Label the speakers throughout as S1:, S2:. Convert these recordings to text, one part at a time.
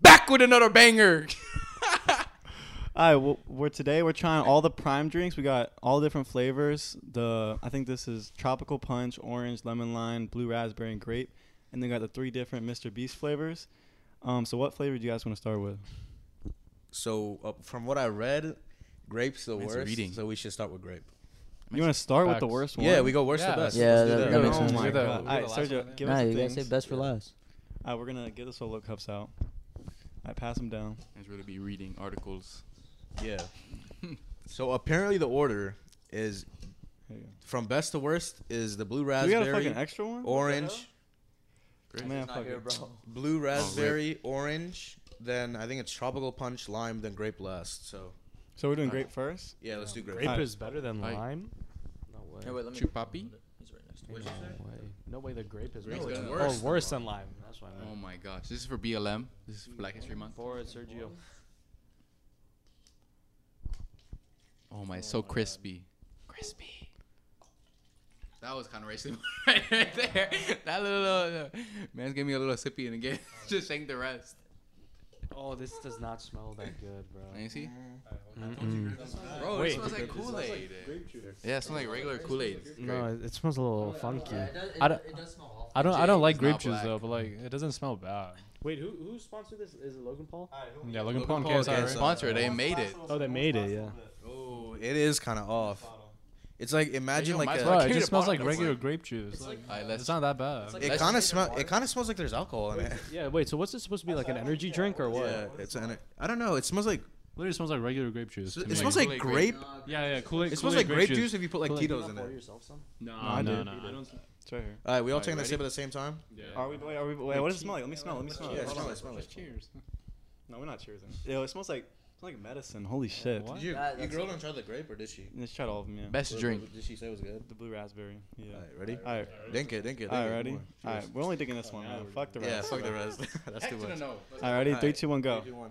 S1: back with another banger.
S2: All right, well, we're today we're trying all the prime drinks. We got all different flavors. The I think this is tropical punch, orange, lemon lime, blue raspberry, and grape, and then got the three different Mr. Beast flavors. Um, so what flavor do you guys want to start with?
S3: So uh, from what I read, grapes the
S1: Man's
S3: worst.
S1: reading.
S3: So we should start with grape.
S2: You want to start with the
S4: Facts.
S2: worst one?
S3: Yeah, we go worst
S4: Yeah,
S3: to best.
S5: Yeah,
S3: Let's do
S5: that-
S3: that.
S5: that makes
S2: Oh
S5: sense.
S2: my
S4: You're the-
S2: god! All
S4: you're
S2: right,
S4: the last
S2: Sergio,
S4: one,
S2: give
S5: Nah,
S2: us the
S5: you gotta
S2: things.
S5: say best for last.
S2: All right, we're gonna get this solo cups out. I pass them down.
S1: It's really be reading articles.
S3: Yeah. so apparently the order is
S2: Here you go.
S3: from best to worst is the blue
S2: Do we got a
S3: raspberry,
S2: fucking extra one? Oh,
S3: orange,
S2: Man, fuck it.
S3: blue raspberry, orange. Then I think it's tropical punch, lime, then grape last. So
S2: So we're doing grape first.
S3: yeah, let's do grape.
S4: Grape
S2: Alright.
S4: is better than
S1: Aye.
S4: lime. No way.
S5: Hey, wait, let
S1: Chew poppy?
S5: He's right next to
S3: What'd
S5: me.
S3: you say?
S4: No way. No way. The grape is
S3: Grape's
S4: better.
S3: better
S4: than-
S3: than worse
S4: oh,
S3: than
S4: worse than lime. That's what I
S1: Oh
S4: meant.
S1: my gosh, this is for BLM. This is for Black History Month.
S4: For it, Sergio.
S1: Oh my, so crispy. Crispy. That was kind of racist right there. That little uh, man's gave me a little sippy and again just sank the rest.
S4: Oh, this does not smell that good, bro.
S1: Can you see?
S4: Mm-mm.
S1: Bro,
S4: Wait.
S1: it smells like Kool Aid. Yeah, it smells like regular Kool Aid.
S4: No, it, it smells a
S5: Oh,
S4: little funky.
S5: does,
S6: I don't-
S5: smell
S6: I don't. I
S1: Jake
S6: don't like
S1: is
S6: grape
S1: not
S6: juice
S1: black.
S6: though, but like it doesn't smell bad.
S4: Wait, who who sponsored this? Is it Logan Paul?
S6: Yeah, Logan
S1: Logan
S6: Paul and
S1: Paul
S6: KSI.
S1: can't
S3: KSI.
S6: right?
S1: sponsor it. They made it.
S4: Oh, they made it, yeah.
S3: Oh, it is kind of off. It's like imagine
S1: yo, might
S3: like
S1: as
S3: a,
S1: well
S6: Bro,
S1: Carry
S6: it
S1: the
S6: just smells
S1: bottle,
S6: like
S1: it's
S6: regular
S1: like-
S6: grape juice. Like,
S1: All right,
S6: it's
S1: let's.
S6: not that bad.
S5: like-
S3: it kind of smell. It kind of smells like there's alcohol in it.
S4: Yeah, wait, so what's this supposed to be like an energy drink or what?
S3: Yeah, it's an. I don't know. It smells like.
S6: Literally smells like regular grape juice. to
S3: It
S6: me.
S3: smells like
S1: Kool-Aid
S3: grape.
S6: Yeah, yeah. Kool Aid.
S3: It smells like grape juice if you put like
S6: Kool-Aid.
S3: Tito's in it.
S6: No,
S2: No, I
S6: no,
S2: do.
S6: no. I don't.
S2: It's right here.
S3: All right, we all
S1: Alright,
S3: taking a
S1: ready?
S3: sip at the same time.
S2: Are we? Wait, are we? Wait, what does it smell like? Let me smell. it, Let me smell. it.
S3: Yeah,
S2: Hold on.
S3: smell it, smell it.
S1: Cheers.
S2: No, we're not cheersing. Yo, it smells like it smells like medicine. Holy shit.
S6: What?
S3: you,
S5: That-
S3: you
S5: that's
S3: girl don't try the grape or did she?
S2: Let's try all of them. Yeah.
S1: Best drink.
S3: Did she say it was good?
S2: The blue raspberry. Yeah.
S3: All right, ready?
S2: All right.
S3: Dink it, dink it.
S2: All
S3: dink
S2: right.
S3: it.
S2: Ready?
S3: Come on.
S2: All right. We're only taking this one. man. Fuck the rest.
S3: Yeah, fuck the rest. That's too much.
S2: All right. Ready?
S3: All
S2: Three,
S3: right.
S2: two, one, go.
S3: Three, two, one.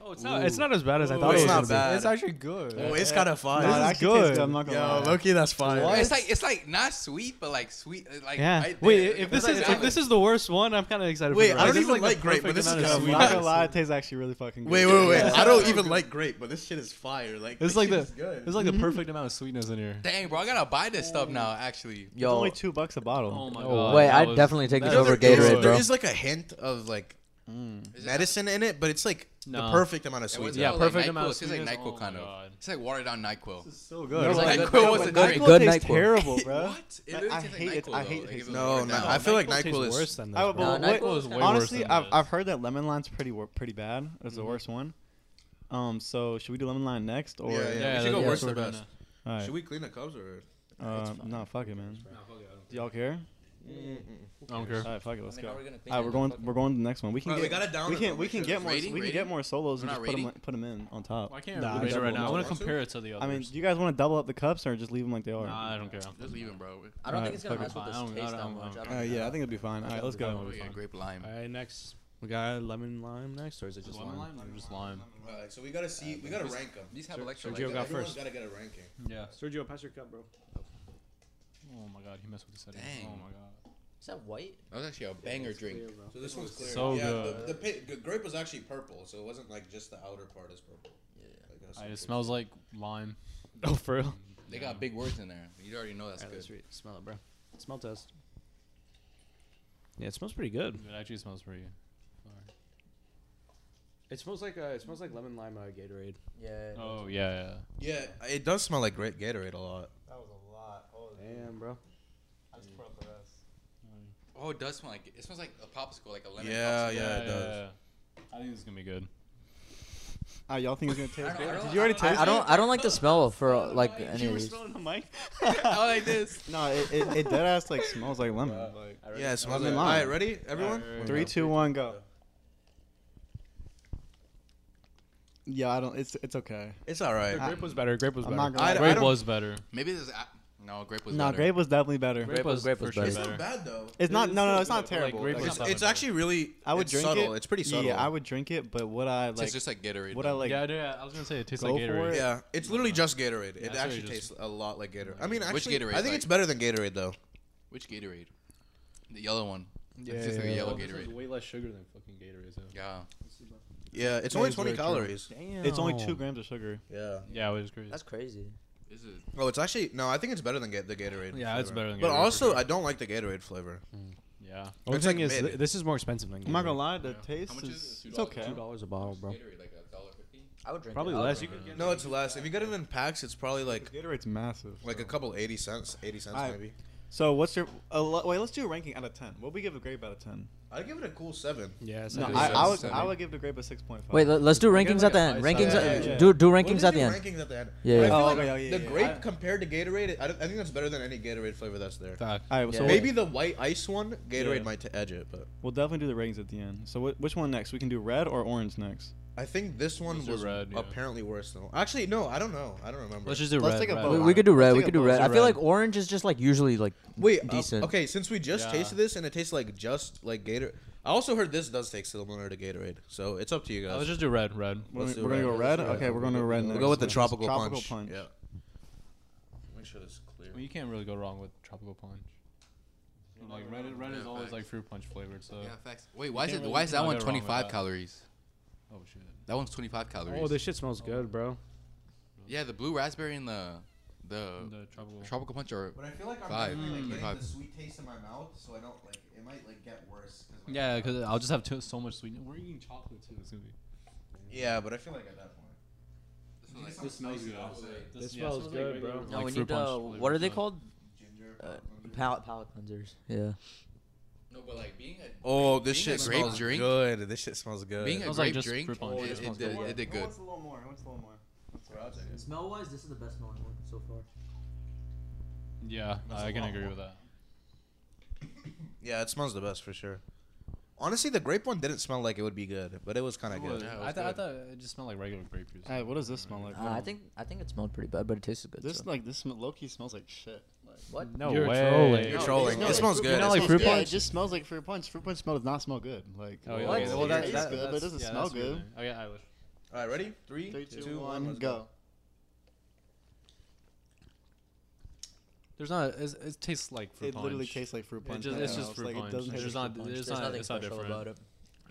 S6: Oh, it's not. It's not as bad as I
S3: Ooh,
S6: thought.
S3: it's
S6: it was
S3: not
S6: gonna be.
S3: bad.
S6: It's actually good.
S3: Oh, it's kind of
S2: No, it
S3: fine.
S6: This
S2: actually
S6: good.
S2: tastes I'm not gonna
S3: Yo,
S2: lie.
S3: Loki, that's fine.
S1: It's like it's like not sweet, but like sweet. uh, Like
S6: Yeah.
S1: right
S6: Wait,
S1: there.
S6: if
S1: It's
S6: this
S1: like
S6: is
S1: that
S6: if this
S1: one.
S6: is the worst one, I'm kind of excited.
S3: Wait,
S6: for the
S3: I don't
S6: rest. This is,
S3: even
S6: the
S3: like grape, but
S6: perfect
S3: this is
S6: amount of
S2: Yo,
S3: kinda
S2: I'm
S6: sweet.
S2: not gonna lie. It tastes actually really fucking good.
S3: Wait, wait, wait. I don't even like grape, but this shit is fire. Like,
S6: It's
S3: this
S6: like
S3: shit
S6: the
S3: is good.
S6: it's like the perfect amount of sweetness in here.
S1: Dang, bro, I gotta buy this stuff now. Actually,
S2: It's
S5: Yo,
S2: only two bucks a bottle.
S6: my
S5: God, wait, that I'd was- definitely take that this was- over
S3: there is-
S5: Gatorade,
S3: There
S5: bro.
S3: is like a hint of like medicine in it, but it's like the
S6: No.
S3: perfect amount of
S1: It was
S3: sweet.
S6: Yeah,
S1: called,
S6: perfect
S1: like
S6: amount
S1: Nyquil.
S6: of
S1: It's like
S6: sweetness.
S1: Nyquil
S6: Oh
S1: kind
S6: my
S1: of.
S6: God.
S1: It's like watered down Nyquil. It's
S6: So
S2: No,
S6: good.
S2: like-
S1: Nyquil
S2: yo,
S1: was
S2: but
S1: a drink.
S2: Nyquil
S5: Good
S2: tastes
S5: Nyquil.
S2: terrible, bro.
S1: What?
S2: I- I hate it. I hate it.
S3: No, no, I feel like Nyquil is.
S6: worse than this.
S2: I would-
S6: bro.
S2: but
S5: Nah,
S2: what-
S5: Nyquil is way worse
S2: honestly,
S6: than
S2: I've,
S6: this.
S2: I've heard that lemon lime's pretty wor- pretty bad. It's the worst one. Um, so should we do lemon lime next or?
S3: Yeah, yeah.
S6: Yeah,
S3: we should go
S6: that's
S3: worst
S6: what
S3: to
S6: we're doing
S3: best.
S2: All right.
S3: Should we clean the cups or?
S2: Uh, no, fuck it, man. Do y'all care?
S6: I don't care.
S2: All right, fuck it, let's
S5: I mean,
S2: go.
S5: how we gonna clean
S2: All right,
S5: that
S2: we're going.
S5: motherfucker?
S2: We're going to the next one. We can
S3: Bro, we
S2: get.
S3: gotta down
S2: we
S3: it
S2: can.
S3: though,
S2: We
S3: for
S2: can
S3: sure.
S2: get more.
S1: Rating,
S2: we can get
S1: rating?
S2: more solos and
S1: We're
S2: just
S1: not
S2: put them,
S1: rating?
S2: put 'em in on top.
S6: I can't
S2: Nah,
S6: nah,
S2: I
S6: rate it
S2: don't
S6: right now. I want
S3: want
S6: to
S3: to.
S6: compare it to the others.
S2: I mean, do you guys want to double up the cups or just leave them like they are?
S6: nah, I don't care.
S1: Just leave him, bro.
S5: I don't
S2: Alright,
S5: think it's gonna
S2: fuck
S5: mess
S6: it.
S5: with
S6: I don't-
S5: this
S6: I
S5: taste that
S6: don't-
S5: much.
S6: I
S5: I
S6: don't-
S5: don't
S2: Uh,
S5: know.
S2: yeah, I think it'll be fine. All right, let's go.
S1: We got grape lime.
S6: All right, next we got lemon lime next, or is it just
S1: Lemon
S6: lime?
S1: lime?
S6: Or just lime.
S3: Alright, so we gotta see. We gotta rank them.
S1: These have electrolytes.
S6: Sergio got
S3: Everyone's
S6: first.
S3: gotta get a ranking.
S6: Yeah.
S4: Sergio, pass your cup, bro.
S6: Oh my god, he messed with the setting.
S1: Dang.
S6: Oh my god.
S5: Is that white?
S1: That was actually a banger drink.
S3: So this one's clear.
S6: So
S3: yeah,
S6: good.
S3: The, the pa- the grape was actually purple, so it wasn't like just the outer part is purple. Like, that's
S6: Alright,
S3: what
S6: it smells like lime.
S4: Oh, for real?
S1: They got big words in there. You already know that's
S4: Alright,
S1: good.
S4: let's read. Smell it, bro. Smell test. Yeah, it smells pretty good.
S6: It actually smells pretty.
S4: It smells like uh, it smells like lemon lime uh, Gatorade.
S5: Yeah.
S6: Oh yeah, yeah.
S3: Yeah, it does smell like great Gatorade a lot.
S2: That was a lot. Oh,
S4: Damn, bro.
S2: I just poured up the rest.
S1: Oh, it does smell like it. It smells like a popsicle, like a lemon.
S3: Yeah,
S1: popsicle.
S3: Oh, yeah, it does.
S6: yeah. I think it's gonna be good.
S2: All right, y'all think it's gonna
S1: I
S2: taste
S1: don't- I
S2: good?
S1: don't-
S2: Did you already
S1: I-
S2: taste
S5: I
S2: it?
S5: don't. I don't like the smell for uh, like any of these.
S6: the mic.
S1: I like this.
S2: No, it it, it dead ass like smells like lemon. Like,
S3: Yeah, it smells
S2: Lemon
S3: like.
S2: lime.
S3: Alright, ready, everyone?
S6: Alright,
S2: three, two, one, go. Yeah, I don't. It's it's okay.
S3: It's alright.
S2: I-
S6: Grape was better. Grape was
S2: I'm
S6: better.
S2: not gonna.
S3: I-
S6: grape
S3: don't-
S6: was better.
S1: Maybe this is. a- No, grape was.
S2: No, nah,
S1: better.
S2: grape was definitely better.
S6: Grape was
S5: grape was
S6: for sure
S5: better.
S3: It's not bad though.
S2: It's not.
S6: It's
S2: No, no,
S6: so
S2: it's not
S6: good, but, like,
S2: terrible.
S6: grape
S2: It's
S6: was
S2: not-
S3: It's,
S6: not
S3: it's
S6: bad.
S3: actually really.
S2: I would
S3: it's
S2: drink
S3: subtle.
S2: it.
S3: It's pretty subtle.
S2: Yeah, I would drink it, but would I like?
S1: Tastes just like Gatorade.
S2: would I like?
S6: yeah, I do- yeah, I was gonna say it tastes
S2: Go
S6: like
S2: for
S6: Gatorade.
S2: it.
S3: Yeah, Uh, it's literally just Gatorade.
S6: Yeah,
S3: it
S6: it's
S3: actually
S6: really
S3: tastes
S6: just-
S3: a lot like Gatorade. I mean, actually,
S1: Which Gatorade,
S3: I think
S1: like-
S3: it's better than Gatorade though.
S1: Which Gatorade? The yellow one. it's just like a yellow Gatorade.
S6: way less sugar than fucking Gatorade.
S1: Yeah.
S3: Yeah, it's only
S4: is
S3: 20
S4: very true.
S3: calories.
S4: Damn.
S2: It's only two grams of sugar.
S3: Yeah.
S6: Yeah, which is crazy.
S5: That's crazy.
S1: This is
S3: Oh, it's actually no. I think it's better than get the Gatorade.
S6: Yeah, it's
S3: flavor.
S6: better than
S3: But
S6: Gatorade for
S3: also,
S6: sure.
S3: I don't like the Gatorade flavor.
S6: yeah.
S4: Only
S3: It's
S4: thing
S3: like
S4: is,
S3: mid.
S4: th- this is more expensive than.
S2: I'm not gonna
S4: Gatorade.
S2: lie, the
S1: Yeah.
S2: taste
S1: How much
S2: is,
S1: is it?
S2: it's
S1: $2?
S2: okay.
S4: Two dollars a bottle, bro.
S1: Gatorade like a dollar fifty.
S5: I would drink.
S4: Probably
S5: it. I would
S4: less.
S5: drink
S4: You
S5: it.
S3: No, it's less. If you get it in packs, it's probably like
S2: Gatorade's massive.
S3: like a couple eighty cents, eighty cents
S2: I-
S3: maybe.
S2: So what's your? A lo- wait, let's do a ranking out of ten. What we give a grape out of ten?
S3: I'd give it a cool seven.
S4: Yeah.
S2: No,
S1: I
S2: I, I would.
S1: seven.
S2: I would give the grape a six point five.
S5: Wait, let, us do
S6: Again,
S5: rankings
S6: like
S5: at the
S6: a
S5: end.
S6: five
S5: Rankings.
S3: star.
S5: at-
S3: Yeah, yeah,
S2: yeah.
S5: Do do
S3: What
S5: rankings
S3: did
S5: at
S3: you
S5: the end.
S3: Rankings at the end.
S5: Yeah,
S3: But I
S5: yeah.
S3: feel
S2: Oh,
S3: like
S2: okay, oh, yeah,
S3: the
S2: yeah,
S3: grape
S2: yeah.
S3: compared to Gatorade, I, don't- I think that's better than any Gatorade flavor that's there.
S2: All right.
S5: Yeah,
S2: So
S5: yeah.
S3: Maybe the white ice one, Gatorade
S2: Yeah.
S3: might t- edge it, but
S2: we'll definitely do the ratings at the end. So wh- which one next? We can do red or orange next.
S3: I think this one
S6: Those are
S3: was
S6: red, yeah.
S3: apparently worse than. Actually, no, I don't know. I don't remember.
S6: Let's just do
S2: Let's
S6: red.
S2: take a
S6: red.
S2: vote.
S5: We,
S2: Hold
S5: we
S2: on.
S5: could do red.
S2: Let's
S5: We
S2: take
S5: could
S2: a
S5: do
S2: vote.
S5: red.
S2: Let's
S5: I
S2: do
S5: feel
S2: red.
S5: like orange is just like usually like
S3: Wait, uh,
S5: decent.
S3: okay, since we just
S6: Yeah.
S3: tasted this and it tastes like just like Gator, I also heard this does taste similar to Gatorade, so it's up to you
S6: Uh,
S3: guys.
S6: Let's just do red. Red.
S2: We're,
S3: Let's
S2: gonna-
S3: do
S2: we're gonna go
S3: red.
S2: red.
S3: Let's do
S2: Okay,
S3: red.
S2: we're gonna go red
S3: we'll
S2: next.
S3: go with the
S2: This is
S3: tropical,
S2: tropical
S3: punch.
S2: punch.
S3: Yeah. Make sure this is clear.
S6: Well, you can't really go wrong with tropical punch. And, like red, red is
S1: Yeah,
S6: always
S1: facts.
S6: like fruit punch flavored. So.
S1: Yeah, facts. Wait, why is
S6: can't
S1: it?
S6: really-
S1: Why is that
S6: can't
S1: one
S6: go wrong with
S1: 25
S6: that.
S1: calories?
S6: Oh shit.
S1: That one's 25 calories.
S4: Oh, this shit smells good, bro.
S1: yeah, the blue raspberry and the the,
S3: Oh.
S6: The tropical.
S1: tropical punch are.
S3: But I feel like I'm
S1: Five.
S3: definitely like
S1: Mm.
S3: getting
S1: Five.
S3: the sweet taste in my mouth, so I don't like it might like get worse. like,
S6: Yeah, because I'll just have too, so much sweetness. We're eating chocolate too. It's gonna be.
S3: yeah, but I feel like at that point.
S1: This one, like,
S3: This smells good.
S4: This smells good, bro.
S5: No, we need uh, what are they called?
S3: Ginger.
S5: Uh, palate palate cleansers. Yeah.
S1: No, but like being a
S3: Oh, this
S1: Being a
S3: shit
S1: grape
S3: smells
S1: drink-
S3: good. This shit smells good.
S1: being a
S6: Smells like
S1: grape
S6: just
S1: drink,
S6: fruit punch.
S1: it,
S6: It
S1: it,
S6: smells
S1: did,
S6: good.
S1: it did good.
S2: a little more? What's a little more?
S5: Smell wise, this is the best smelling one so far.
S6: Yeah, I can agree with that.
S3: yeah, it smells the best for sure. Honestly, the grape one didn't smell like it would be good, but it was kind of good.
S1: Yeah, it
S6: I,
S1: was
S6: th- I
S1: good.
S6: thought it just smelled like regular grape juice.
S2: All right. What does this smell like?
S5: Uh, I think I think it smelled pretty bad, but it tasted good.
S2: this
S5: so.
S2: like this sm- Loki smells like shit. Like,
S5: what?
S6: No
S4: You're
S6: way.
S4: trolling.
S3: You're
S4: No,
S3: trolling.
S2: no,
S3: it
S2: it's
S3: smells
S2: fruit-
S3: good.
S6: you know,
S3: It
S6: like
S3: smells
S6: fruit
S3: good.
S2: yeah,
S6: punch?
S2: it just smells like fruit punch. Fruit punch smell does not smell good. Like
S6: Oh, yeah,
S5: What?
S6: okay. Well, that,
S2: It
S6: that,
S2: tastes good, but it doesn't
S6: Oh, yeah,
S2: smell
S6: that's
S2: good.
S6: reason. Okay, Eilish.
S3: All right, ready? Three,
S2: Three,
S3: two,
S2: two, one,
S3: let's
S2: go.
S6: There's not. It's, it tastes like fruit
S2: It
S6: punch.
S2: literally tastes like fruit punch.
S6: It just,
S2: nothing
S6: it's just
S2: else.
S6: fruit
S2: Like, it
S6: punch.
S2: doesn't
S6: It's
S2: taste
S6: just
S2: like
S6: not.
S2: fruit punch.
S6: It's
S5: There's
S6: not.
S5: nothing
S6: It's not
S5: special
S6: different.
S5: about it.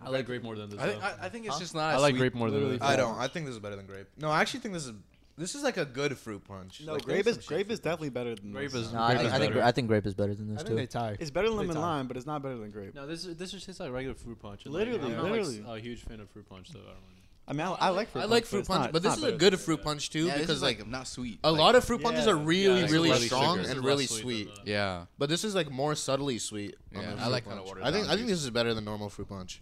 S6: I like grape more than this.
S1: I,
S6: though.
S1: think- I, I think it's
S5: Huh?
S1: just not.
S6: I
S1: as
S6: like
S1: sweet.
S6: grape more than
S2: Literally
S6: this.
S3: I don't. I think this is better than grape. No, I actually think this is this is like a good fruit punch.
S2: No,
S3: Like,
S2: grape
S3: there's
S2: is
S3: some shit
S2: grape is definitely better than
S6: Grape
S2: this.
S6: is-
S5: No, I
S6: Grape
S5: think,
S6: is
S5: I think
S6: better.
S5: I think grape is better than this
S4: I
S5: too.
S4: think they tie.
S2: It's better than
S4: Big
S2: lemon
S4: time.
S2: lime, but it's not better than grape.
S6: No, this is this just tastes like regular fruit punch. and,
S2: Literally,
S6: like, I'm not, like,
S2: literally.
S6: a huge fan of fruit punch, though. I don't know.
S2: I mean, I, I like fruit.
S3: I like
S2: punch,
S3: fruit
S2: it's
S3: punch,
S2: not-
S3: but
S2: it's not
S3: this is
S2: better
S3: a
S2: than
S3: good
S2: grape.
S3: fruit punch too
S1: Yeah, this
S3: because
S1: is, like,
S3: like
S1: not sweet.
S3: a
S1: Like,
S3: lot of fruit punches
S2: Yeah.
S3: are really
S6: Yeah, it's
S3: really
S1: less
S3: strong
S1: sugar.
S3: and
S6: It's
S3: really
S6: less sweet
S3: sweet.
S6: than that.
S1: Yeah.
S3: But this is like more subtly sweet. on
S1: Yeah,
S3: the
S1: I
S3: fruit
S1: like kinda
S3: punch.
S1: watered
S3: I think
S1: down
S3: I think
S1: juice.
S3: this is better than normal fruit punch.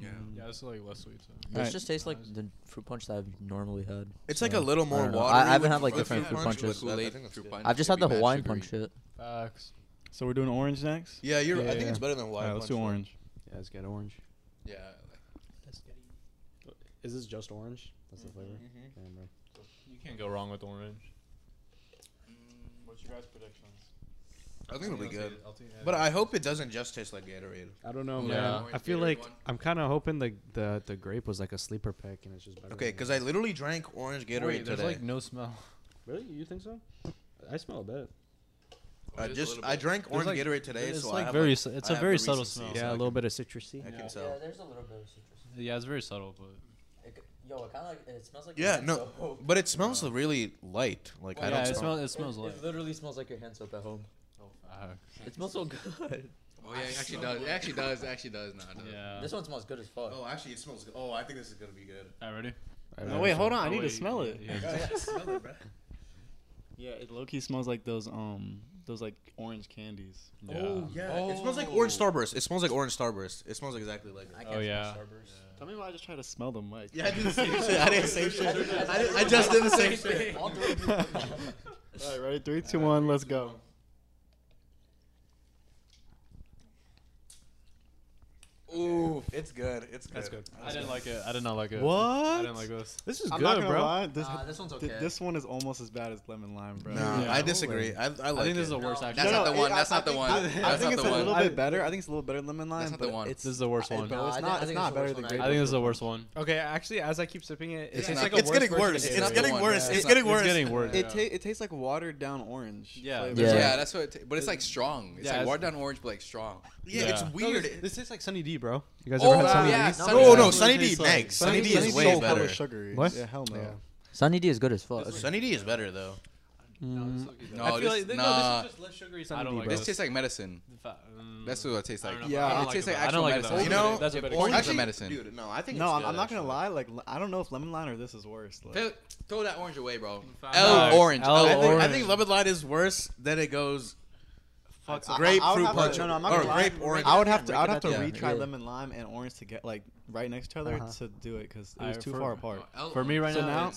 S1: Yeah.
S6: Yeah, it's like less sweet. So.
S5: This
S2: Alright.
S5: just tastes like the fruit punch that I've normally had.
S3: It's
S5: so.
S3: like a little more
S5: don't know. I-
S3: watery.
S5: I haven't
S3: with
S5: had, like,
S3: fruit
S5: different fruit
S3: punch,
S5: punches.
S3: but I
S1: Kool-Aid
S3: think that's
S1: fruit
S3: good.
S1: punch
S5: I've just
S1: would
S5: had the
S1: be mad
S5: Hawaiian
S1: sugary.
S5: punch shit.
S6: Facts.
S2: So we're doing orange next.
S3: Yeah, you're. I
S4: Yeah.
S3: think it's better than
S2: All
S3: Hawaiian
S2: right, let's
S3: punch,
S2: do
S3: though.
S2: orange.
S4: Yeah, it's got orange.
S1: Yeah. like-
S4: Is this just orange? That's the flavor. Damn, bro.
S6: You can't go wrong with orange. Mm,
S2: What's your guys' predictions?
S3: I think it'll be good. But I hope it doesn't just taste like Gatorade.
S4: I don't know,
S1: Yeah.
S4: man.
S1: Orange
S4: I feel
S1: Gatorade
S4: like
S1: one.
S4: I'm kind of hoping the, the the grape was like a sleeper pick, and it's just better.
S3: Okay,
S4: than
S3: because
S4: that.
S3: I literally drank orange Gatorade
S6: Wait, there's
S3: today.
S6: like no smell.
S4: really you think so? I smell a bit.
S3: I
S1: It is a
S3: just
S1: little
S3: I
S1: bit.
S3: drank
S6: There's,
S3: orange
S6: like-
S3: Gatorade today,
S6: it's
S3: so I
S6: like
S3: have,
S6: very
S3: like-
S6: su- it's
S3: I
S6: a
S3: have
S6: very
S3: the
S6: subtle
S3: recency,
S6: smell.
S3: so
S6: Yeah,
S4: Yeah,
S3: I
S4: a little
S3: can-
S4: bit of citrusy.
S3: I
S6: Yeah.
S3: can tell.
S5: there's a little bit of citrus.
S6: Yeah, it's very subtle, but
S5: yo, it kind of like it smells like.
S3: Yeah, no, but it smells really light. Like I
S6: yeah,
S3: don't
S6: it
S3: smell.
S6: smells. It smells like.
S5: literally smells like your hand soap at home.
S6: Facts.
S5: It smells so good.
S1: Oh yeah, it actually does. It actually does. It actually does. Nah, it does.
S6: Yeah.
S5: This one smells good as fuck.
S3: Oh, actually, it smells. good. Oh, I think this is gonna be good.
S6: All right, ready?
S2: No, wait, hold on. I
S6: Oh,
S2: need to
S6: wait,
S2: smell it.
S6: yeah.
S2: Yeah, it low key smells like those um those like orange candies.
S6: Yeah.
S3: Oh, yeah. It smells like orange Starburst. It smells like orange Starburst. It smells exactly like.
S5: I
S3: It.
S5: can't smell
S6: yeah.
S5: Starburst.
S2: Tell me why I just try to smell them, like.
S3: I did the same shit. I did the same shit. I, did, I just did the same shit.
S5: All three of you-
S2: All right, ready? Three, two, one. Let's go.
S1: Ooh.
S3: Ooh, it's good. It's good.
S4: That's good.
S6: I didn't like it. I did not like it. I
S2: What?
S6: didn't like this.
S4: This is
S2: I'm not
S4: good,
S2: gonna
S4: bro.
S2: lie. This,
S5: Nah, this one's okay.
S2: th- this one is almost as bad as lemon lime, bro.
S3: No,
S6: Yeah.
S3: I disagree. I, I like
S6: I think
S3: it.
S6: this is the
S5: No,
S6: worst.
S5: no,
S6: Actually,
S1: That's not
S2: no,
S1: the one.
S2: it-
S1: That's
S2: I-
S1: not the
S2: I-
S1: one.
S2: I, I
S1: That's
S2: think
S1: not
S2: it's
S1: the
S2: a little
S1: one.
S2: bit better. I think it's a little better than lemon lime.
S1: That's not the
S2: but
S1: one.
S2: It's,
S6: this is the worst
S2: I-
S6: one.
S2: bro,
S5: No,
S2: it's
S5: I thi- I
S2: not.
S5: think
S2: It's
S5: it's
S2: not
S5: the
S2: better
S5: worst
S2: than
S5: one I
S2: grape.
S6: I think this is the worst one.
S4: Okay, actually, as I keep sipping it, it
S1: It's not-
S4: tastes like a
S3: it's
S4: worse
S3: getting
S4: version
S3: worse.
S4: of
S3: It's,
S4: it.
S1: not the
S3: getting
S1: one,
S3: worse.
S1: yeah.
S3: It's
S1: It's
S3: getting
S1: not-
S3: worse.
S6: It's getting worse.
S2: It, ta- it tastes like watered down orange.
S6: Yeah.
S2: flavor.
S1: Yeah,
S5: Yeah.
S1: that's what. It t- but it's like strong. It's
S6: Yeah,
S1: like
S6: it's-
S1: watered down orange, but like strong.
S3: yeah,
S6: Yeah.
S3: it's weird.
S4: This, this tastes like Sunny D, bro. You guys
S1: Oh,
S4: ever had Sunny
S1: yeah,
S4: D?
S1: Sunny
S3: no,
S1: D
S3: no,
S1: actually
S3: Sunny D.
S1: tastes like-
S3: Next, Sunny D
S2: Sunny
S3: is
S2: D's
S3: way
S2: so hella
S3: better. Uh,
S2: sugary.
S4: What?
S2: Yeah, hell no.
S4: Yeah.
S5: Sunny D is good as fuck.
S3: Sunny D is better though.
S1: No, this, nah,
S6: just less sugary.
S4: Sunny
S6: I don't
S4: D,
S6: like
S4: bro.
S1: this tastes like medicine. That's what it tastes like.
S6: I don't know.
S2: Yeah.
S6: I don't
S2: It
S6: like
S1: tastes
S6: it,
S1: like
S6: but I
S1: actual
S6: don't like it,
S1: medicine.
S6: but
S3: You know,
S6: that's a better
S1: orange-
S6: experience.
S1: Actually, medicine.
S3: Dude, no, I think
S2: No,
S3: it's
S2: I'm,
S3: good,
S2: I'm not gonna
S3: actually.
S2: lie. Like l- I don't know if lemon lime or this is worse. Like,
S1: Throw- Throw that orange away, bro.
S6: Five
S1: L
S6: bucks.
S1: orange.
S6: L
S1: L
S3: I think, I
S1: orange.
S3: think lemon lime is worse. Then it goes
S2: fuck, I- I-
S3: grapefruit
S2: I would have to-
S3: punch
S2: No, no, I'm not
S3: or
S2: gonna lie.
S3: grape orange.
S2: I would have to.
S4: Yeah,
S2: I would have to
S4: yeah,
S2: retry
S5: yeah.
S2: lemon lime and orange to get like right next to each other
S4: Uh-huh.
S2: to do it because it
S6: I
S2: was too
S6: prefer-
S2: far apart.
S1: L
S6: For me right
S2: So now-
S6: now,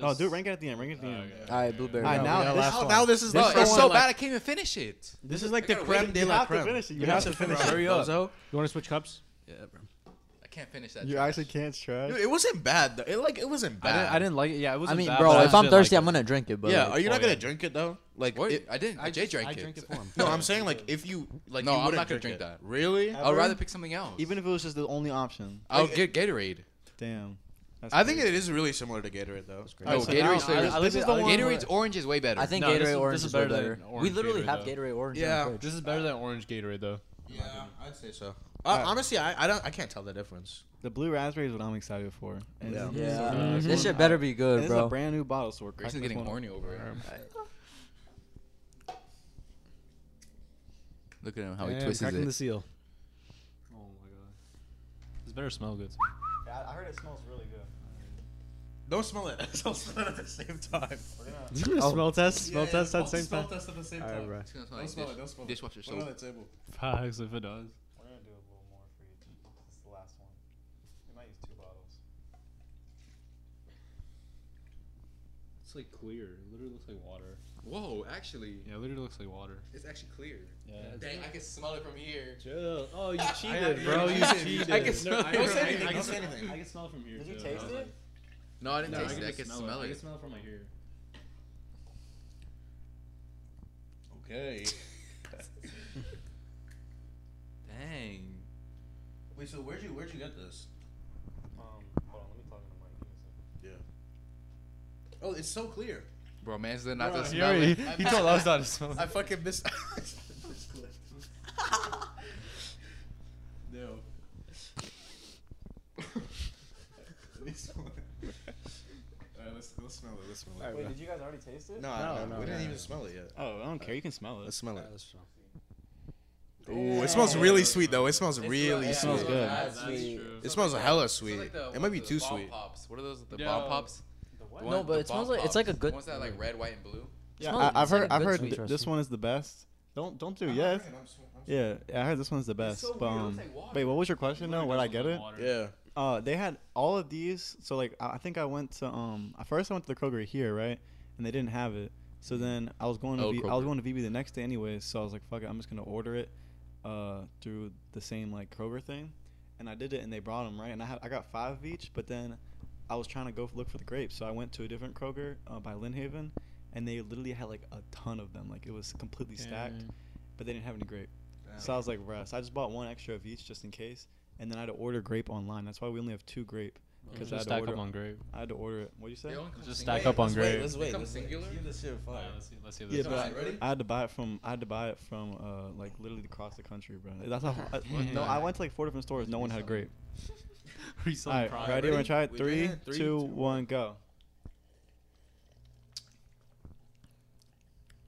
S2: No, dude, rank it at the end. Rank it at the end.
S6: Okay.
S5: Alright, blueberry.
S2: Alright,
S4: we
S2: now
S4: got
S2: this-
S4: last
S3: Now,
S4: one.
S3: now this is
S1: Bro,
S3: the
S1: it's
S3: first
S1: so
S3: one,
S1: bad I
S3: Like,
S1: can't even finish it.
S2: This is like
S1: the creme
S3: de la creme.
S2: You have to finish it.
S4: Hurry
S6: up.
S4: You want to switch cups?
S1: I can't finish that.
S2: You
S1: trash.
S2: actually can't try.
S3: dude, it wasn't bad though. It like it wasn't
S6: I
S3: bad.
S6: didn't, I didn't like it. Yeah, it was.
S5: I mean, bro, if I'm thirsty, I'm gonna drink it, but
S3: Yeah,
S5: like,
S3: are you
S6: Oh,
S3: not
S6: yeah.
S3: gonna drink it though? Like
S1: What?
S3: it-
S1: I didn't. I, Jay drank
S6: I
S1: it.
S6: drink it for him.
S3: no, I'm saying like if you like.
S1: No,
S3: you
S1: I'm
S3: wouldn't
S1: not gonna drink that.
S3: Really?
S1: I'd
S2: Ever?
S1: rather pick something else.
S2: Even if it was just the only option.
S1: I'll
S3: Like,
S1: get Gatorade.
S2: Damn. That's
S3: I think
S2: crazy.
S3: it is really similar to Gatorade though.
S1: Oh,
S2: so now-
S1: Gatorade's
S2: I-
S1: flavor.
S2: I- this is the one where-
S1: Gatorade's orange is way better.
S5: I think
S6: No,
S5: Gatorade
S6: this is-
S5: orange
S6: this
S5: is,
S6: is
S5: way
S6: better
S5: better.
S6: than
S5: We
S6: orange
S5: literally
S6: Gatorade,
S5: have
S6: though.
S5: Gatorade orange.
S3: Yeah.
S5: in our fridge.
S6: This is better than orange Gatorade though.
S3: Yeah, I'd say so. Uh, honestly, I, I don't. I can't tell the difference.
S2: The blue raspberry is what I'm excited for. And
S3: Yeah.
S2: this is-
S5: Yeah,
S2: and this
S5: this
S2: one-
S5: shit better be
S2: and
S5: good,
S2: This is a
S5: bro.
S2: brand new bottle, so we're cracking
S1: Grayson's
S2: this
S1: getting
S2: one.
S1: horny over it. Look at him how he twists
S4: cracking
S1: it.
S4: the seal.
S6: Oh my god. This better smell good.
S2: I heard it smells really good.
S3: Don't smell it. Don't smell it at the same time.
S4: Smell test. Smell test at the same time.
S3: test at the same
S4: All right, bro.
S1: It's gonna smell like dish- Dishwasher
S3: Put it
S1: soap.
S3: the table.
S6: Facts if it does.
S2: We're gonna do a little more for each. This is the last one. We might use two bottles.
S6: It's like clear. It literally looks like water.
S1: Whoa, actually,
S6: Yeah, it literally looks like water.
S1: it's actually clear.
S6: Yeah.
S1: Dang, I can smell it from here.
S6: Chill. Oh, you
S3: I-
S6: cheated,
S3: bro, you I
S6: cheated.
S1: I can smell it.
S6: I,
S1: Don't
S6: can-
S1: say
S6: I
S1: anything,
S6: can
S3: don't
S6: smell-
S3: say anything.
S6: I can smell it from here.
S2: Did
S6: too.
S2: you taste
S6: I was
S2: it?
S6: like-
S1: No, I didn't
S6: No, I
S1: taste
S6: can
S1: it. I
S6: just
S1: can
S6: smell
S1: smell
S6: it. I can
S1: it.
S6: smell it from right here.
S3: Okay.
S1: Dang.
S3: Wait, so where'd you where'd you get this?
S2: Um, hold on, let me talk to the mic.
S3: Yeah. Oh, it's so clear.
S1: Bro, man's did not
S6: Bro,
S1: to
S6: he
S1: smell
S6: already-
S1: it.
S6: he told us not to smell
S3: I
S6: it.
S3: fucking missed.
S6: No.
S3: Alright, let's, let's smell it. Let's smell it.
S2: Wait, did you guys already taste it?
S3: No, I-
S4: No,
S3: I-
S4: no,
S3: we didn't
S4: no,
S3: even
S4: no.
S3: smell it yet.
S2: Oh, I don't care. You can smell
S3: Let's
S2: it.
S3: smell it.
S2: Ooh,
S3: Ooh, it smells really sweet though. It smells really
S1: yeah,
S3: sweet.
S2: smells good.
S1: That's
S6: That's
S5: sweet.
S6: true.
S3: It smells hella sweet.
S1: Smells like the-
S3: it might
S1: what
S3: be
S1: are
S3: too
S1: those, the bomb
S3: sweet.
S1: Pops. What are those? The
S6: Yeah.
S1: bomb pops?
S2: The
S1: The
S2: what?
S1: one-
S5: No, but
S1: the
S5: it smells
S1: bomb
S5: like- it's like a
S1: pops.
S5: good-
S1: What's that like red, white, and blue?
S2: Yeah,
S5: Smells-
S2: I, I've
S5: it's like
S2: heard.
S5: a
S2: I've
S5: good
S2: heard
S5: sweet
S2: th-
S5: roast.
S2: this one is the best. Don't don't do yes. Yeah, I heard this one's the best.
S1: so
S2: but,
S1: weird, it
S2: um,
S1: looks like water.
S2: wait, what was your question though? Would I
S6: Literally
S2: get
S6: goes
S2: it?
S6: with the water.
S3: Yeah.
S2: Uh, they had all of these. So like, I, I think I went to um. At first, I went to the Kroger here, right? And they didn't have it. So then I was going to
S1: Oh,
S2: v- I was
S1: Kroger.
S2: going to VB the next day anyway. So I was like, fuck it, I'm just gonna order it, uh, through the same like Kroger thing. And I did it, and they brought them right. And I had I got five of each, but then I was trying to go f- look for the grapes. So I went to a different Kroger uh, by Lynn Haven, and they literally had like a ton of them. Like it was completely stacked,
S6: Dang.
S2: but they didn't have any grape. So I was like, bruh. So I just bought one extra of each just in case. And then I had to order grape online. That's why we only have two grape. Because I, had
S6: Mm. Just
S2: to
S6: stack up
S2: order-
S6: on grape.
S2: I had to order it. What'd you say?
S1: They only come
S6: Just
S1: single.
S6: stack up on grape.
S1: Become singular?
S3: Give this shit a
S6: Alright,
S3: fire.
S6: let's see. Let's see
S2: Yeah,
S6: this.
S2: but I,
S3: Alright, ready?
S2: I had to buy it from I had to buy it from uh like literally across the country, bro. That's how. I,
S6: What?
S2: no, I went to like four different stores. No one had grape. All right,
S6: prime.
S2: ready? We're gonna try it.
S3: We
S2: Three,
S3: did it. Three,
S2: two,
S3: two,
S2: one, go.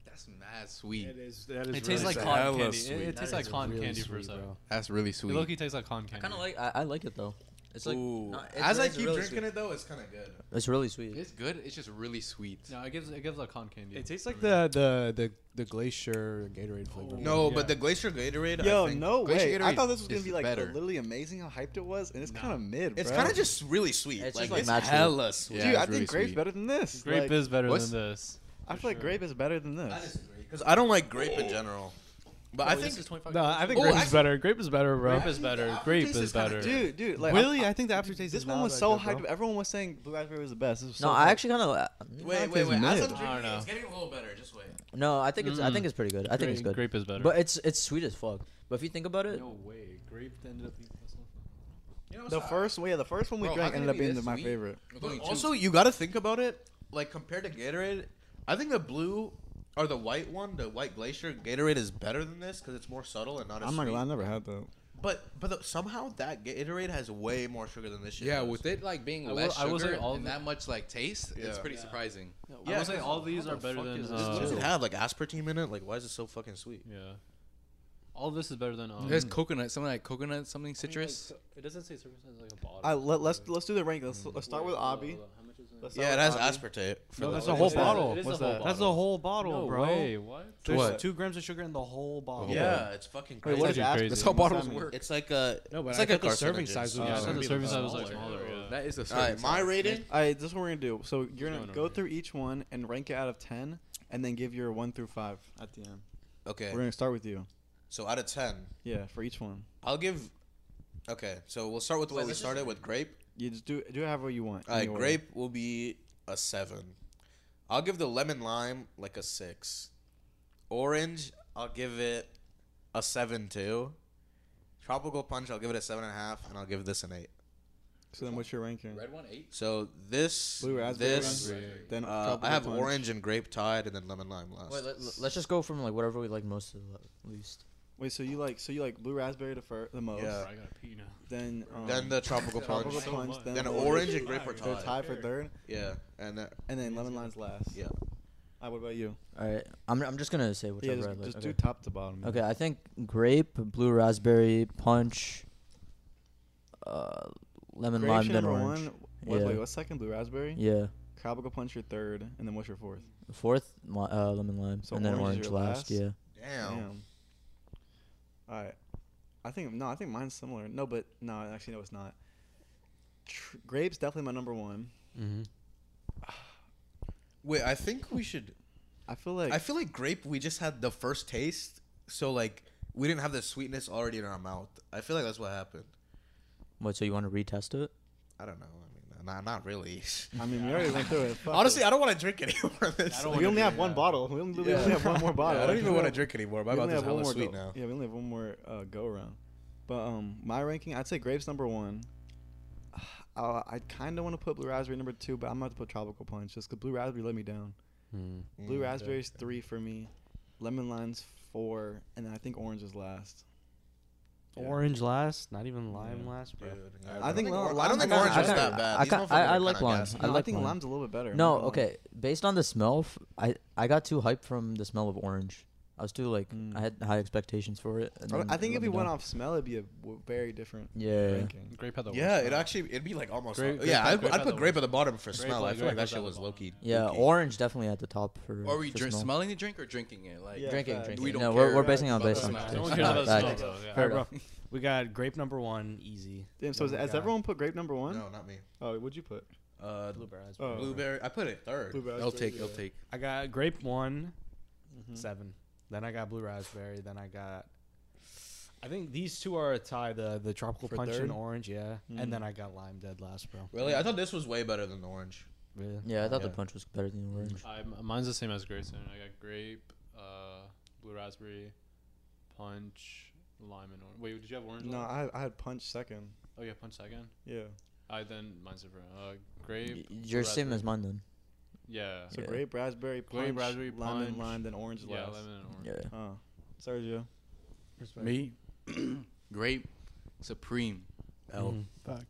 S1: That's mad sweet.
S4: is. That is.
S6: It tastes like
S3: really
S6: cotton
S3: hella
S6: candy.
S3: sweet.
S6: It, it tastes like cotton candy for a second.
S1: That's really
S6: It
S1: sweet.
S6: low tastes like cotton candy.
S5: I kind of like. I, I like it though. It's like.
S3: Ooh.
S5: no, it's
S3: As I
S5: really- it's
S3: keep
S5: really
S3: drinking
S5: sweet.
S3: it though, it's kind of good.
S5: it's really sweet.
S1: It's good. It's just really sweet.
S6: No, it gives it gives a cotton candy.
S4: It tastes like the the the the glacier Gatorade flavor.
S3: No,
S6: Yeah.
S3: but the Glacier Gatorade.
S2: Yo,
S3: I think,
S2: no
S1: Glacier
S2: way! I
S1: Gatorade
S2: thought this was gonna
S1: is
S2: be like
S1: better.
S2: literally amazing how hyped it was, and it's
S6: Nah.
S2: kind of mid.
S3: It's
S2: bro.
S3: kind of just really sweet.
S5: It's
S3: like,
S5: just, like,
S3: it's
S5: naturally-
S3: hella sweet.
S1: Yeah,
S2: dude.
S1: it's
S2: I think
S1: really
S2: grape's
S1: sweet.
S2: better than this.
S6: grape
S2: Like,
S6: is better
S1: what's-
S6: than this.
S2: I
S6: for
S2: feel like
S6: sure.
S2: grape is better than this.
S3: Because I don't like grape in general.
S1: But I think
S4: No, I think
S1: Oh,
S4: grape is
S1: actually-
S4: better. Grape is better, bro.
S2: Grape
S4: is better. Grape is better.
S2: Dude, dude, like
S4: Really?
S2: I,
S4: I
S2: think the aftertaste. This
S4: is
S2: one
S4: not
S2: was
S4: that
S2: so
S4: good, bro.
S2: hyped. Everyone was saying blue raspberry was the best. This was so
S5: No, I
S2: hyped.
S5: actually kind of.
S1: wait, wait,
S2: tastes
S1: wait. I
S2: mid.
S1: said drink
S4: I
S1: it.
S4: don't know.
S1: It's getting a little better. Just wait.
S5: No, I think it's. I
S4: Mm.
S5: think it's pretty good. I think it's good.
S4: Grape is better.
S5: But it's it's sweet as fuck. But if you think about it,
S6: No way. Grape ended up being the best one.
S1: You know, it's
S2: The
S1: not-
S2: first, yeah, the first one we
S1: Bro, how
S2: drank
S1: can
S2: ended
S1: it
S2: up
S1: be
S2: being
S1: this
S2: my
S1: sweet?
S2: favorite.
S1: It's
S3: But
S1: only two.
S3: also, you got to think about it. Like compared to Gatorade, I think the blue or the white one, the white glacier Gatorade is better than this because it's more subtle and not as.
S2: I'm not
S3: sweet.
S2: gonna lie, I never had that.
S3: But but the, somehow that Gatorade has way more sugar than this shit.
S1: yeah,
S3: does.
S1: with it like being
S4: I will-
S1: less
S4: I will say
S1: sugar
S4: all
S1: and
S4: the-
S1: that much like taste, it's
S3: Yeah.
S1: pretty
S4: Yeah.
S1: surprising.
S4: I
S3: Yeah.
S4: would say all these are better than.
S3: Does- what does it
S4: Uh,
S3: have like aspartame in it? Like, why is it so fucking sweet?
S4: yeah. All this is better than. Um,
S1: There's coconut, something like coconut, something citrus.
S4: It doesn't say circumstances like a bottle.
S2: I let, let's let's do the rank. Let's, let's start with Abby. Let's start
S3: yeah, it
S2: with
S3: has
S2: Abby.
S3: aspartame. for
S2: No,
S3: the-
S2: that's a whole
S4: It is-
S2: bottle.
S4: it is
S2: What's
S4: a whole
S2: that?
S4: bottle.
S2: That's
S6: No
S4: whole bottle,
S6: way. What?
S4: There's
S1: What?
S4: two grams of sugar in the whole bottle.
S3: Yeah, it's fucking
S2: Wait,
S3: crazy.
S2: what is
S4: Actually
S2: aspartame?
S4: crazy.
S1: That's how
S2: What's that
S1: bottles
S2: mean?
S1: work.
S3: It's like a.
S6: No, but
S3: it's
S6: I
S3: like a
S6: thought the serving
S3: carcinogen. Oh.
S6: size
S4: Yeah,
S6: was-
S4: I thought
S6: It's
S4: the
S6: gotta
S4: serving
S6: be
S4: size was like
S6: smaller.
S4: smaller. Yeah.
S1: That is a
S3: All right, my rating.
S2: All right, this is what we're gonna do. So you're gonna
S4: going
S2: go
S4: over
S2: through each one and rank it out of ten, and then give your one through five at the end.
S3: Okay,
S2: We're gonna start with you.
S3: so out of ten,
S2: Yeah, for each one.
S3: I'll give. Okay, so we'll start with what we
S1: let's just-
S3: started with grape.
S2: You just do do however you want.
S3: Uh,
S2: any order.
S3: grape will be a seven. I'll give the lemon lime like a six. Orange, I'll give it a seven too. Tropical punch, I'll give it a seven and a half, and I'll give this an eight.
S2: So then, what's your ranking?
S1: Red one eight.
S3: So this,
S2: Blue raspberry.
S3: this,
S6: raspberry.
S2: Then
S3: uh,
S2: tropical
S3: I have
S2: punch.
S3: orange and grape tied, and then lemon lime last.
S5: wait, let, let's just go from like whatever we like most to the least.
S2: Wait, so you like so you like blue raspberry the fir- the most.
S3: Yeah.
S4: I gotta pee now.
S2: Then um,
S3: then the tropical punch,
S2: tropical
S4: So
S2: punch.
S4: much.
S2: Then,
S3: then
S2: the-
S3: orange and grape are
S2: They're
S3: tied.
S2: tied for third,
S3: Yeah, and that,
S2: and then lemon line's last.
S3: yeah.
S2: Alright, what about you?
S5: All right, I'm I'm just gonna say whichever
S2: yeah, just,
S5: I like.
S2: just
S5: okay.
S2: do top to bottom.
S5: Okay, I think grape, blue raspberry, punch, uh, lemon
S2: Grape
S5: lime,
S2: should
S5: then
S2: number
S5: orange.
S2: one. What,
S5: Yeah.
S2: Wait, what's second? Blue raspberry.
S5: Yeah,
S2: Tropical punch your third, and then what's your fourth?
S5: fourth li- uh, lemon lime,
S2: So
S5: and then
S2: orange
S5: orange
S2: is your last?
S5: last. Yeah,
S3: Damn.
S2: All right. I think no. I think mine's similar. No, but no. Actually, no, it's not. Tr- grapes definitely my number one.
S4: Mm-hmm.
S3: Wait, I think we should.
S2: I feel like
S3: I feel like grape. We just had the first taste, so like we didn't have the sweetness already in our mouth. I feel like that's what happened.
S5: What? So you want to retest it?
S3: I don't know. I mean, not, not really.
S2: I mean, we already went through it. Fuck
S3: Honestly,
S2: it.
S3: I don't want to drink anymore. This.
S4: I
S3: I
S4: don't
S3: don't,
S4: wanna
S2: we only
S4: do
S2: have one
S4: that.
S2: bottle. We only, we
S3: Yeah.
S2: only have one more bottle.
S3: I don't
S2: Like,
S3: even
S2: we
S3: want to
S2: only
S3: drink anymore. My
S2: have- we only
S3: mouth is
S2: have one
S3: hella
S2: more
S3: sweet
S2: go-
S3: now.
S2: Yeah, we only have one more uh, go around. But um, my ranking, I'd say grapes number one. Uh, I kind of want to put blue raspberry number two, but I'm about to put tropical punch just because blue raspberry let me down.
S4: Hmm.
S3: Mm.
S2: Blue raspberry's three for me. Lemon lime's four, and I think orange is last.
S4: Orange last, not even lime last, bro.
S3: Dude,
S2: I think
S3: or-
S2: lime-
S3: I
S2: lime
S3: don't think
S2: is
S3: orange
S2: kinda-
S3: is
S2: I
S3: that
S5: kinda-
S3: bad.
S5: I
S3: These
S5: kinda-
S3: motherfuckers
S5: I- I
S3: are
S5: like
S3: kinda
S5: limes.
S3: gas.
S5: I
S2: No,
S5: like
S2: think
S5: lime.
S2: lime's a little bit better. I'm
S5: No,
S2: not gonna lie.
S5: okay. Based on the smell, f- I I got too hyped from the smell of orange. I was too like
S2: Mm.
S5: I had high expectations for it. and
S2: I don't-
S5: then
S2: I
S5: it
S2: think if
S5: let
S2: we
S5: me
S2: went
S5: down.
S2: off smell, it'd be a w- very different
S5: Yeah.
S2: ranking.
S4: Grape had the
S3: Yeah,
S4: worst
S3: it
S4: smell.
S3: actually it'd be like almost.
S4: Grape- grape
S3: yeah,
S4: at-
S3: I'd,
S4: grape
S3: I'd
S4: at
S3: put
S4: the
S3: grape at the bottom for
S4: Grape
S3: smell.
S4: at-
S3: I feel
S4: grape
S3: like
S4: at
S3: that
S4: the
S3: shit was
S4: bottom.
S3: low key.
S5: Yeah, orange definitely at the top for.
S1: Or Are we
S5: for
S1: drink,
S5: smell.
S1: smelling the drink or drinking it? Like
S2: Yeah,
S5: Drinking,
S2: facts.
S5: drinking.
S1: We don't
S5: no, we're,
S1: care
S5: we're basing it on
S1: about the
S5: based on
S1: smell.
S4: No
S1: No
S4: one
S1: one
S4: cares about
S5: Facts.
S4: the
S1: Facts.
S4: smell, though.
S5: Fair
S4: Yeah.
S5: enough.
S4: We got grape number one, easy.
S2: Damn. So is,
S4: Number
S2: has
S4: guy.
S2: everyone put grape number one?
S3: No, not me.
S2: Oh, what'd you put?
S3: Uh,
S4: Blueberries.
S2: Oh.
S3: blueberry. I put it third.
S2: Blue
S1: I'll take. I'll take.
S4: I got grape one, seven. Then I got blue raspberry. Then I got. I think these two are a tie. The the tropical
S2: For
S4: punch
S2: third?
S4: and orange, yeah.
S2: Mm.
S4: And then I got lime dead last, bro.
S3: Really, I thought this was way better than the orange.
S4: Really?
S5: Yeah, I thought the
S3: Yeah.
S5: punch was better than orange.
S6: I'm- mine's the same as Grayson. I got grape, uh, blue raspberry, punch, lime, and orange. Wait, did you have orange?
S2: No,
S6: last?
S2: I, I had punch second.
S6: Oh yeah, punch second.
S2: Yeah.
S6: I then mine's different. Uh,
S5: Y-
S6: grape.
S5: You're
S6: blue
S5: same
S6: raspberry.
S5: as mine then.
S6: Yeah.
S2: So
S5: Yeah.
S2: grape, raspberry, punch,
S6: Grape, raspberry,
S2: lemon,
S6: punch.
S2: lime, then orange is
S6: Yeah,
S2: last.
S6: lemon and orange.
S5: Yeah.
S2: Oh, Sergio.
S1: Me, grape, supreme.
S4: L.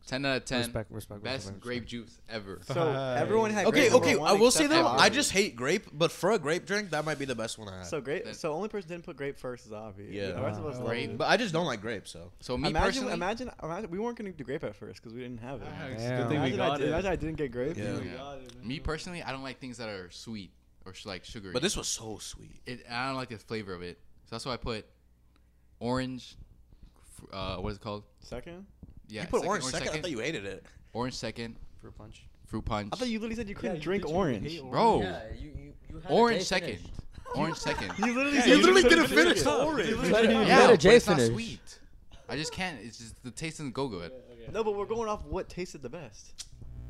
S1: Ten out of ten.
S4: Mm-hmm. Respect, respect,
S1: Best
S4: respect,
S1: grape juice ever.
S2: So everyone had.
S3: Okay,
S2: grape
S3: okay.
S2: number
S3: I
S2: one
S3: will say
S2: except
S3: though,
S2: for
S3: I
S2: Avi.
S3: just hate grape, but for a grape drink, that might be the best one I had.
S2: So grape.
S1: Then-
S2: So only person didn't put grape first is Avi.
S3: Yeah.
S2: The rest of
S4: Wow.
S2: us
S1: Grape,
S2: loved it.
S3: but I just don't like grapes, so.
S1: So me
S2: imagine,
S1: personally,
S2: imagine, imagine, we weren't gonna do grape at first because we didn't have it.
S6: Ah, it's a
S4: Damn.
S6: good thing we
S2: imagine, I
S6: got
S2: did,
S6: it.
S2: imagine I didn't get grape.
S3: Yeah.
S1: Yeah. me personally, I don't like things that are sweet or sh- like sugary.
S3: But this was so sweet.
S1: it, I don't like the flavor of it. So that's why I put orange. f- Uh, what is it called?
S2: Second.
S1: Yeah,
S3: you put
S1: second-
S3: orange second. I thought you hated it.
S1: orange second,
S4: Fruit punch.
S1: fruit punch.
S2: I thought you literally said you couldn't
S4: you
S2: drink
S4: literally
S2: orange.
S4: hate
S1: Bro,
S5: you, you, you
S1: orange second. orange second.
S2: You literally,
S4: you literally
S2: couldn't
S4: didn't
S2: it.
S4: finish it.
S2: Orange.
S4: You
S5: Let him-
S1: yeah,
S5: let a
S1: but
S5: J
S1: it's not
S5: finish.
S1: sweet. I just can't. It's just the taste doesn't go good.
S2: No, but we're going off what tasted the best.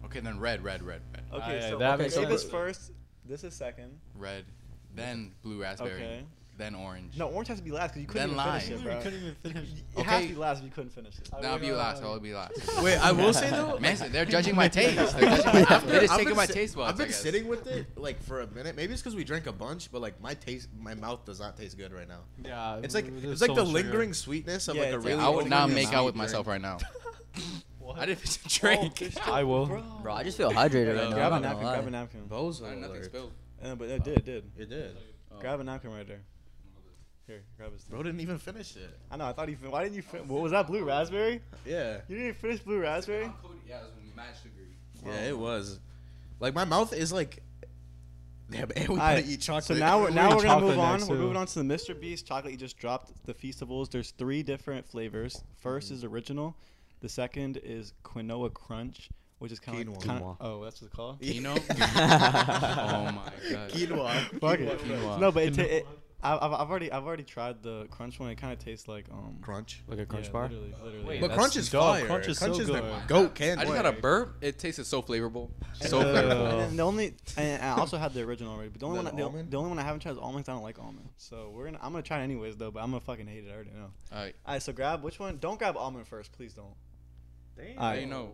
S1: Okay, then red, red, red, red,
S2: Okay,
S4: Ah, yeah,
S2: so
S4: that
S2: okay,
S4: makes
S2: grape
S4: sense.
S2: is first. This is second.
S1: red. Then blue raspberry.
S2: Okay.
S1: Then orange.
S2: No, orange has to be last because you couldn't
S1: Then
S2: even
S1: lime.
S2: finish it, bro.
S7: even finish.
S2: It has to
S1: Okay.
S2: be last if you couldn't finish it.
S1: That'll be last. I'll be last.
S3: Wait, I will say though.
S1: Man, they're judging my taste. They're, judging my,
S3: I've
S1: they're just
S3: I've
S1: taking
S3: been
S1: my
S3: sit-
S1: taste buds.
S3: I've been
S1: I guess.
S3: sitting with it like for a minute. Maybe it's because we drank a bunch, but like my taste, my mouth does not taste good right now.
S6: Yeah,
S3: It's like
S6: there's
S3: it's like
S6: so
S3: the
S6: much sugar.
S3: lingering sweetness of
S2: Yeah,
S3: like a
S2: it's-
S3: really.
S1: I would not make out with
S3: overly sweet
S1: myself
S3: drink.
S1: right now. I didn't finish a drink.
S4: I will.
S5: Bro, I just feel hydrated right now.
S2: grab a
S5: I'm not
S2: napkin.
S5: gonna lie.
S2: Grab a napkin.
S3: Bozo
S1: Nothing
S3: alert.
S1: spilled.
S2: Uh, but it did, it did.
S3: It did.
S2: Grab a napkin right there. Here, grab his.
S3: Bro didn't even finish it.
S2: I know. I thought he. Fin- Why didn't you? Fin- what was that? Blue raspberry?
S3: Yeah.
S2: You didn't even finish blue raspberry?
S1: Yeah, it was mad sugary.
S3: Yeah, it was. Like my mouth is like. Damn, and we
S2: Alright,
S3: gotta eat chocolate.
S2: So now we're
S4: We're
S2: now
S4: eating
S2: we're gonna move
S4: chocolate
S2: on.
S4: next,
S2: We're
S4: too.
S2: moving on to the Mr. Beast chocolate. You just dropped the Feastables. There's three different flavors. 1st is original. The second is quinoa crunch, which is kind of
S3: Quinoa.
S2: like
S4: Quinoa.
S2: oh that's what it's called.
S1: You know? oh my god.
S3: quinoa.
S2: Fuck
S3: Quinoa
S2: it.
S1: Quinoa.
S2: No, but it, ta- it I, I've, I've already I've already tried the crunch one. It kind of tastes like um
S3: crunch.
S4: Like a crunch
S2: yeah,
S4: bar.
S2: Literally, literally.
S6: Wait,
S3: But
S4: that's
S3: crunch is
S4: dog.
S3: fire.
S4: Crunch is so
S3: the
S4: good.
S3: goat candy.
S1: I just got a burp. It tasted so flavorful. So
S4: Ew.
S1: flavorful.
S2: And then the only and I also had the original already, but the only
S3: Then
S2: one I, the,
S3: almond?
S2: the only one I haven't tried is almond. 'cause I don't like almond, so we're gonna I'm gonna try it anyways though. But I'm gonna fucking hate it. I already know.
S1: All right.
S2: All right, so grab which one? Don't grab almond first, please don't.
S1: How
S2: Alright.
S1: you know?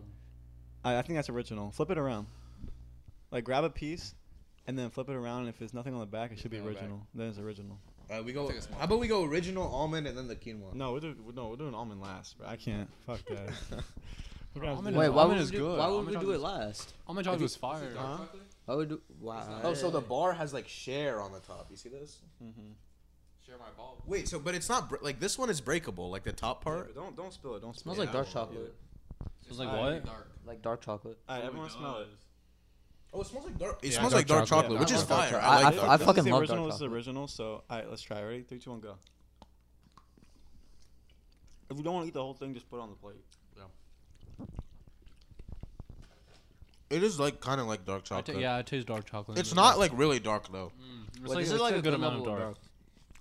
S2: I, I think that's original. Flip it around. Like grab a piece, and then flip it around. And if there's nothing on the back, it should be
S1: Nothing on the back.
S2: original. Then it's original.
S3: Alright, we go.
S1: Take a small
S3: How about we go original almond and then the quinoa?
S2: No, we're doing no, we're doing almond last, bro. I can't. Fuck that. We're gonna have to
S6: Almond
S2: do-
S5: Wait,
S6: is-
S5: why
S6: almond
S5: would, we
S6: is
S5: do,
S6: good.
S5: why would
S6: Almond
S5: we do
S6: chocolate
S5: it
S6: is-
S5: last?
S6: Almond chocolate was fire.
S2: Huh?
S5: Why uh, would we do, wow.
S3: Oh, so the bar has like share on the top. You see this?
S1: Share my ball.
S3: Mm-hmm. Wait, so but it's not bre- like this one is breakable, like the top
S2: Yeah,
S3: part.
S2: but don't don't spill it. Don't spill
S5: smells
S2: it.
S5: like dark chocolate.
S1: It's
S5: like what? Like dark chocolate.
S2: All right, everyone smell it.
S3: Oh, it smells like dark. It
S4: Yeah,
S3: smells
S4: dark
S3: like dark
S4: chocolate.
S3: chocolate,
S2: Yeah,
S3: which
S2: I
S3: is
S2: love dark
S3: fire.
S5: chocolate.
S3: I
S5: I-
S3: like dark
S5: I- I
S2: This
S3: chocolate.
S2: is
S5: fucking
S2: the
S5: love dark
S2: original. This is
S5: chocolate.
S2: original. So all right, let's try. Ready? Three, two, one, go. If you don't want to eat the whole thing, just put it on the plate.
S3: It is like kind of like dark
S6: I
S3: chocolate.
S6: ta- yeah, it tastes dark chocolate.
S3: It's not like really dark though.
S6: Mm, it's
S5: Wait,
S6: like,
S5: this is
S6: it's
S5: like
S6: a good amount of
S5: level
S6: dark.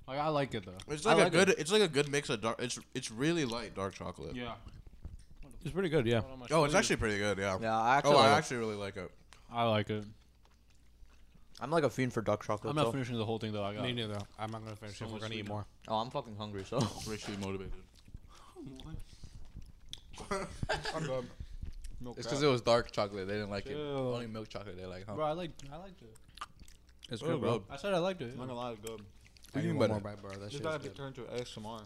S6: Like I like it though.
S3: It's
S5: I
S3: like, a
S5: like
S3: good. It's like a good mix of dark. It's it's really light dark chocolate.
S6: Yeah.
S4: It's pretty good, yeah.
S3: Oh, it's actually pretty good. Yeah.
S5: Yeah, I actually,
S3: oh, I
S5: like-
S3: actually really like it.
S6: I like it.
S5: I'm like a fiend for dark chocolate.
S6: I'm
S5: so-
S6: not finishing the whole thing though. I got.
S4: Me neither. I'm not gonna finish
S6: So
S4: it. We're
S6: much
S4: gonna eat
S6: sweetener.
S4: more.
S5: Oh, I'm fucking hungry, so.
S1: Racially motivated.
S3: I'm done.
S1: It's because it was dark chocolate. They didn't like it.
S6: Ew.
S1: Only milk chocolate. They like, huh?
S6: Bro, I like. I liked it.
S4: It's
S3: Oh,
S4: good, bro.
S6: I said I liked it.
S2: I'm not gonna lie, it's good.
S3: I need
S4: I need
S3: one
S4: one more
S3: better.
S4: bite, bro. That
S2: This
S4: shit's
S2: gotta be
S4: good.
S2: turned to ASMR.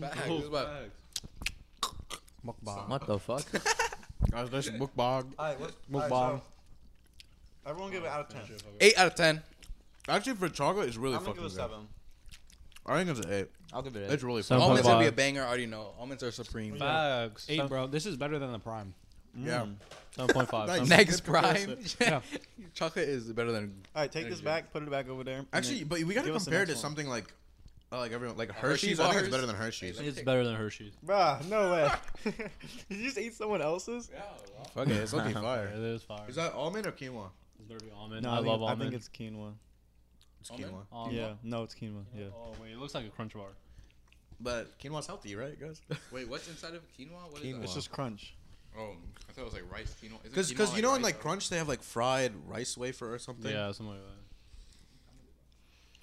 S1: Facts, it's about-
S4: Mukbang.
S5: what the fuck?
S4: Guys, this mukbang.
S2: All right, what's
S4: Mukbang. alright,
S2: Everyone give it out of ten.
S1: Eight out of ten.
S3: Actually, for chocolate, it's really
S2: I'm gonna
S3: fucking
S2: give it a
S3: good.
S2: seven.
S3: I think it's an eight.
S5: I'll give it
S3: It's
S5: a
S3: really
S4: Seven
S3: fucking
S1: Almonds
S4: point
S3: good.
S1: gonna be
S4: five.
S1: a banger. I already know. Almonds are supreme.
S6: Facts.
S4: Eight, bro. This is better than the prime.
S3: Yeah.
S6: Seven point five.
S3: Nice.
S1: Next
S3: Good
S1: prime.
S6: Yeah.
S1: chocolate is better than
S2: All right, take this back. Put it back over there. and then-
S3: Actually, but we gotta
S2: Give us the
S3: compare it
S2: next
S3: to
S2: one.
S3: something like, uh, like everyone like Hershey's.
S1: Hershey's
S3: I think it's
S1: bars.
S3: better than Hershey's.
S6: It's better than Hershey's.
S2: Bruh, no way. Did you just eat someone else's?
S3: Fuck it, it's looking
S6: It
S3: fire.
S6: is fire.
S3: Is that almond or quinoa?
S6: It's better be almond.
S2: No,
S6: I,
S2: think,
S6: love
S2: I think
S6: almond.
S2: it's quinoa.
S3: It's
S1: Almond?
S3: quinoa.
S6: Almond.
S2: yeah, no, it's quinoa. Yeah.
S6: Oh wait, it looks like a crunch bar.
S3: But quinoa's healthy, right, guys?
S1: Wait, what's inside of quinoa? What is
S3: Quinoa.
S2: It's just crunch.
S1: that? Oh, I thought it was like rice quinoa. Isn't
S3: Because
S1: quinoa
S3: you know in
S1: rice,
S3: like
S1: though?
S3: Crunch they have like fried rice wafer or something.
S6: Yeah, something like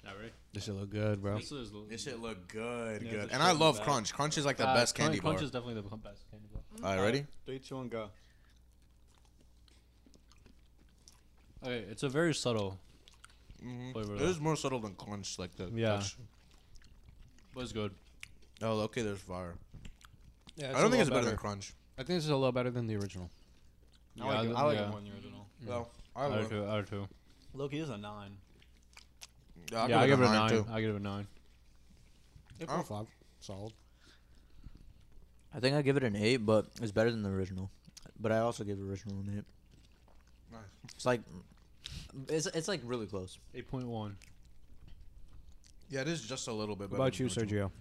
S6: that. Not really.
S4: This should look good, bro.
S6: This is
S3: This shit look good,
S2: Yeah,
S3: good.
S2: it's
S3: And I
S2: straight
S3: love
S2: back.
S3: Crunch. Crunch is like the
S6: Uh,
S3: best
S6: crunch,
S3: candy
S6: Crunch
S3: bar.
S6: is definitely the best candy bar.
S3: All right, ready?
S2: Three, two, and go.
S6: Okay, it's a very subtle, Flavor
S3: Mm-hmm.
S6: though.
S3: more subtle than Crunch, like the
S6: Yeah.
S3: touch.
S6: but it's good.
S3: Oh, okay. There's fire.
S4: Yeah,
S3: I don't think it's better, than Crunch.
S4: I think this is a little better than the original.
S2: I like,
S6: Yeah,
S2: it, I like
S6: yeah.
S2: it more than the original.
S3: No, I
S6: Out
S3: love
S6: of two, out of two.
S2: Loki is a nine.
S3: I'll
S6: yeah, I give it a
S3: nine,
S6: nine.
S3: too.
S6: I give it a nine.
S4: Eight
S3: Oh.
S4: point five. Solid.
S5: I think I give it an eight, but it's better than the original. But I also give the original an eight.
S3: Nice.
S5: It's like, it's it's like really close.
S6: Eight point one.
S3: Yeah, it is just a little bit.
S4: What
S3: better
S4: about
S3: than
S4: you,
S3: original.
S4: Sergio?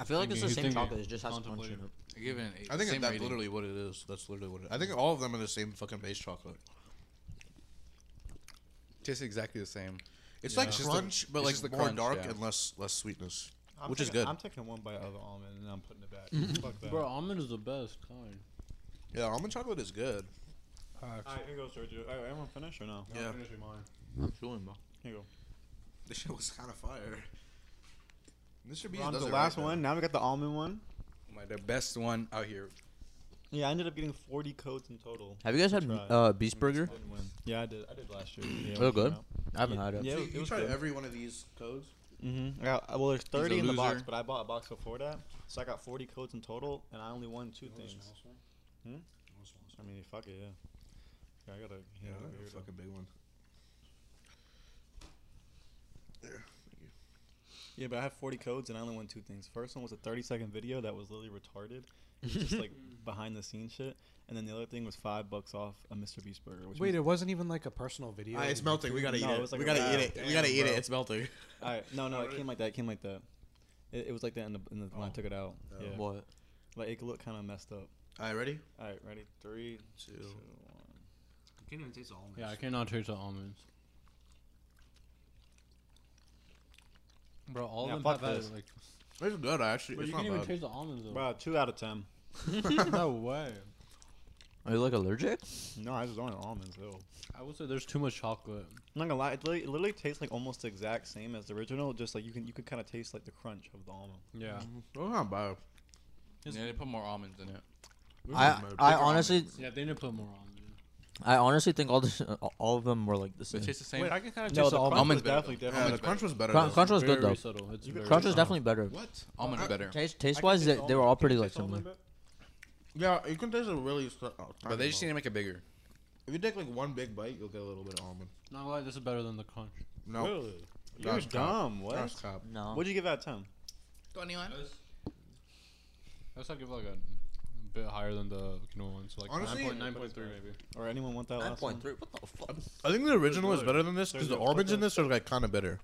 S5: I feel like
S6: Thinking, he's
S5: it's the same
S6: thinking,
S5: chocolate. It just has punch in
S6: contemplating.
S5: it.
S1: I give it an eight.
S3: I think
S1: Same
S3: that's
S1: rating.
S3: literally what it is. That's literally what it is. I think all of them are the same fucking base chocolate.
S1: just exactly the same.
S3: It's
S6: Yeah.
S3: like
S6: It's
S3: crunch,
S6: just
S3: but
S6: it's
S3: like
S6: just the
S3: more
S6: crunch,
S3: dark
S6: yeah.
S3: and less less sweetness.
S7: I'm
S3: Which is
S7: taking-
S3: good.
S7: I'm taking one bite out of the almond and I'm putting it back. Fuck that.
S6: Bro, almond is the best kind.
S3: Yeah, almond chocolate is good.
S7: All right, here goes Sergio. All right, everyone finish or no?
S3: Yeah,
S6: I'm chewing, bro.
S7: Here you go.
S3: this shit was kind of fire. This should be
S7: We're on to
S3: another
S7: the last
S3: right now.
S7: one. Now we got the almond one.
S1: My the best one out here.
S7: Yeah, I ended up getting 40 coats in total.
S5: Have you guys had
S7: Try.
S5: uh, Beast Burger?
S7: Didn't win. Yeah, I did. I did last year. Yeah,
S5: Oh, good. I haven't had it.
S2: Yeah,
S3: So
S2: it
S3: you
S2: was-
S3: you
S2: it was
S3: tried
S2: good.
S3: every one of these codes.
S7: Mm-hmm. I got, well, there's 30 in the box,
S1: loser.
S7: but I bought a box before that, so I got 40 coats in total, and I only won two things. Hmm? I mean, fuck it, yeah. Yeah, I gotta. Yeah,
S3: Yeah, I got
S7: here
S3: a
S7: we go.
S3: fucking big one.
S2: Yeah, but I have 40 codes and I only won two things. First one was a 30 second video that was literally retarded. It was just like behind the scenes shit. And then the other thing was five bucks off a Mr. Beast burger. Which
S4: Wait,
S2: means-
S4: it wasn't even like a personal video.
S3: Ah, it's melting. We gotta eat
S2: No, it
S3: it.
S2: was like
S3: we
S2: a
S3: gotta
S2: wrap.
S3: eat it. we gotta eat it. It's melting.
S2: Alright, no, no, it came like that. It came like that. It, it was like that in the, in the, when I took it out.
S3: Oh.
S2: Yeah.
S5: What?
S2: Like it looked kind of messed up.
S3: All right, ready?
S2: All right, ready? Three,
S3: Two.
S2: two, one.
S1: I can't even taste the almonds.
S6: Yeah, I cannot taste the almonds. Bro, all
S2: Yeah,
S6: of them
S2: fuck
S6: have had
S2: this.
S6: it, like.
S3: It's good actually.
S6: Bro,
S3: it's
S6: you
S3: not
S6: can't even
S3: bad.
S6: taste the almonds though.
S7: Bro, two out of 10.
S6: no way.
S5: Are you like allergic?
S7: No, I just wanted almonds, though.
S6: I would say there's too much chocolate.
S2: I'm not gonna lie, it literally, it literally tastes like almost the exact same as the original. Just like you can, you could kind of taste like the crunch of the almond.
S6: Yeah.
S3: Oh, not bad.
S1: Yeah, they put more almonds in it.
S3: This
S5: I
S3: is my
S5: I
S3: bigger
S5: honestly
S6: Yeah, they need to put more almonds. in.
S5: I honestly think all the all of them were like the
S1: They
S5: same.
S1: taste the same.
S6: Wait, I can kind of
S2: No,
S6: taste
S2: the
S6: the
S2: crunch
S6: almonds.
S2: was
S1: almond's better,
S2: definitely
S1: though.
S2: different.
S3: Yeah,
S1: Almond's
S3: the
S1: better.
S3: crunch was better.
S5: Crun-
S3: though.
S5: crunch was good
S6: Very
S5: though.
S6: subtle. It's very
S5: Crunch was
S6: subtle.
S5: definitely better.
S3: What?
S1: Almond better.
S5: Taste taste wise, they, they were all pretty like similar.
S3: Yeah, you can taste a really. s- oh,
S1: But they just need
S3: tiny
S1: to make it bigger.
S3: amount. if you take like one big bite, you'll get a little bit of almond.
S6: Not like this is better than the crunch.
S3: No,
S7: You're
S3: That's crap.
S7: dumb. What?
S3: That's crap.
S5: No.
S2: What'd you give out of ten?
S1: 21.
S6: That's like give like a bit higher than the quinoa one, so like
S3: Honestly,
S6: 9.9.3 maybe.
S2: Or anyone want that last one?
S5: three. What the fuck?
S3: I think the original is
S7: good.
S3: better than this because
S7: There's
S3: the
S7: a put
S3: almonds in
S7: the-
S3: this are like kind of bitter.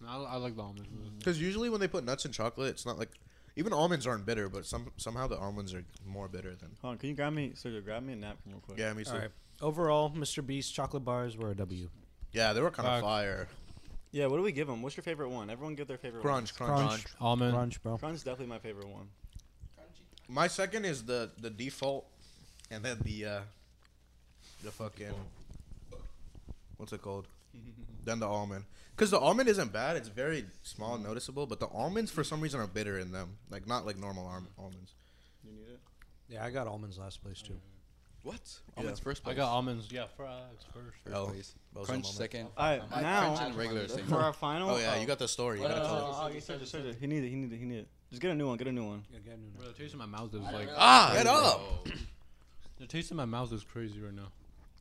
S6: No, I, I like the almonds.
S3: Because usually when they put nuts in chocolate, it's not like even almonds aren't bitter, but some somehow the almonds are more bitter than.
S2: Hold on, can you grab me, Sergio? Grab me a napkin real quick.
S3: Yeah, me too.
S4: All right. Overall, Mr. Beast chocolate bars were a W.
S3: Yeah, they were kind of
S6: Fuck.
S3: fire.
S2: Yeah. What do we give them? What's your favorite one? Everyone give their favorite
S3: Crunch, crunch.
S4: Crunch,
S6: Almond.
S4: crunch, bro.
S2: one. Crunch is definitely my favorite one.
S3: My second is the the default, and then the uh, the fucking what's it called? then the almond, because the almond isn't bad. It's very small, and noticeable, but the almonds for some reason are bitter in them, like not like normal arm- almonds.
S2: You need it?
S4: Yeah, I got almonds last place too.
S1: What? Almonds first
S6: I
S1: place.
S6: got almonds. Yeah, fries first.
S1: First
S3: Oh,
S1: place.
S3: Bozo
S1: Crunch
S3: moment.
S1: second.
S2: All right,
S1: I-
S2: now-
S1: Crunch and regular second.
S2: For our final.
S3: Oh yeah, you got the story. You gotta tell it.
S2: Oh, oh, you said it, said it. He needed. He needed. He needed. Just get a new one. Get a new one.
S6: Bro, the taste in my mouth is like
S3: Ah, get up!
S6: the taste in my mouth is crazy right now.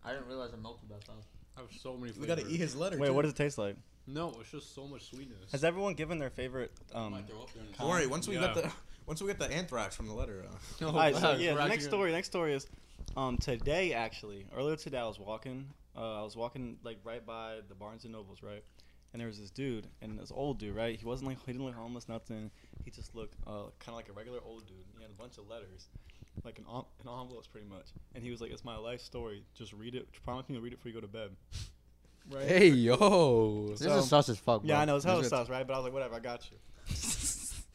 S5: I didn't realize I melted that fast.
S6: I have so many. Flavors.
S3: We gotta eat his letter.
S2: Wait,
S3: too.
S2: what does it taste like?
S6: No, it's just so much sweetness.
S2: Has everyone given their favorite? Um,
S3: Don't worry. Once we got
S6: Yeah.
S3: the once we get the anthrax from the letter. Uh,
S6: No,
S2: All right, so
S6: fuck,
S2: yeah,
S6: we're
S2: the next
S6: actually-
S2: story. Next story is, um, today actually. Earlier today, I was walking. Uh, I was walking like right by the Barnes and Nobles, right, and there was this dude, and this old dude, right. He wasn't like he didn't look homeless, nothing. He just looked uh, kind of like a regular old dude. He had a bunch of letters, like an en- an envelopes, pretty much. And he was like, "It's my life story. Just read it. Promise me you'll read it before you go to bed." Right.
S5: Hey yo. This
S2: So-
S5: is sus as fuck.
S2: Yeah,
S5: bro.
S2: I know it's hella
S5: This is-
S2: sauce, right? But I was like, whatever, I got you.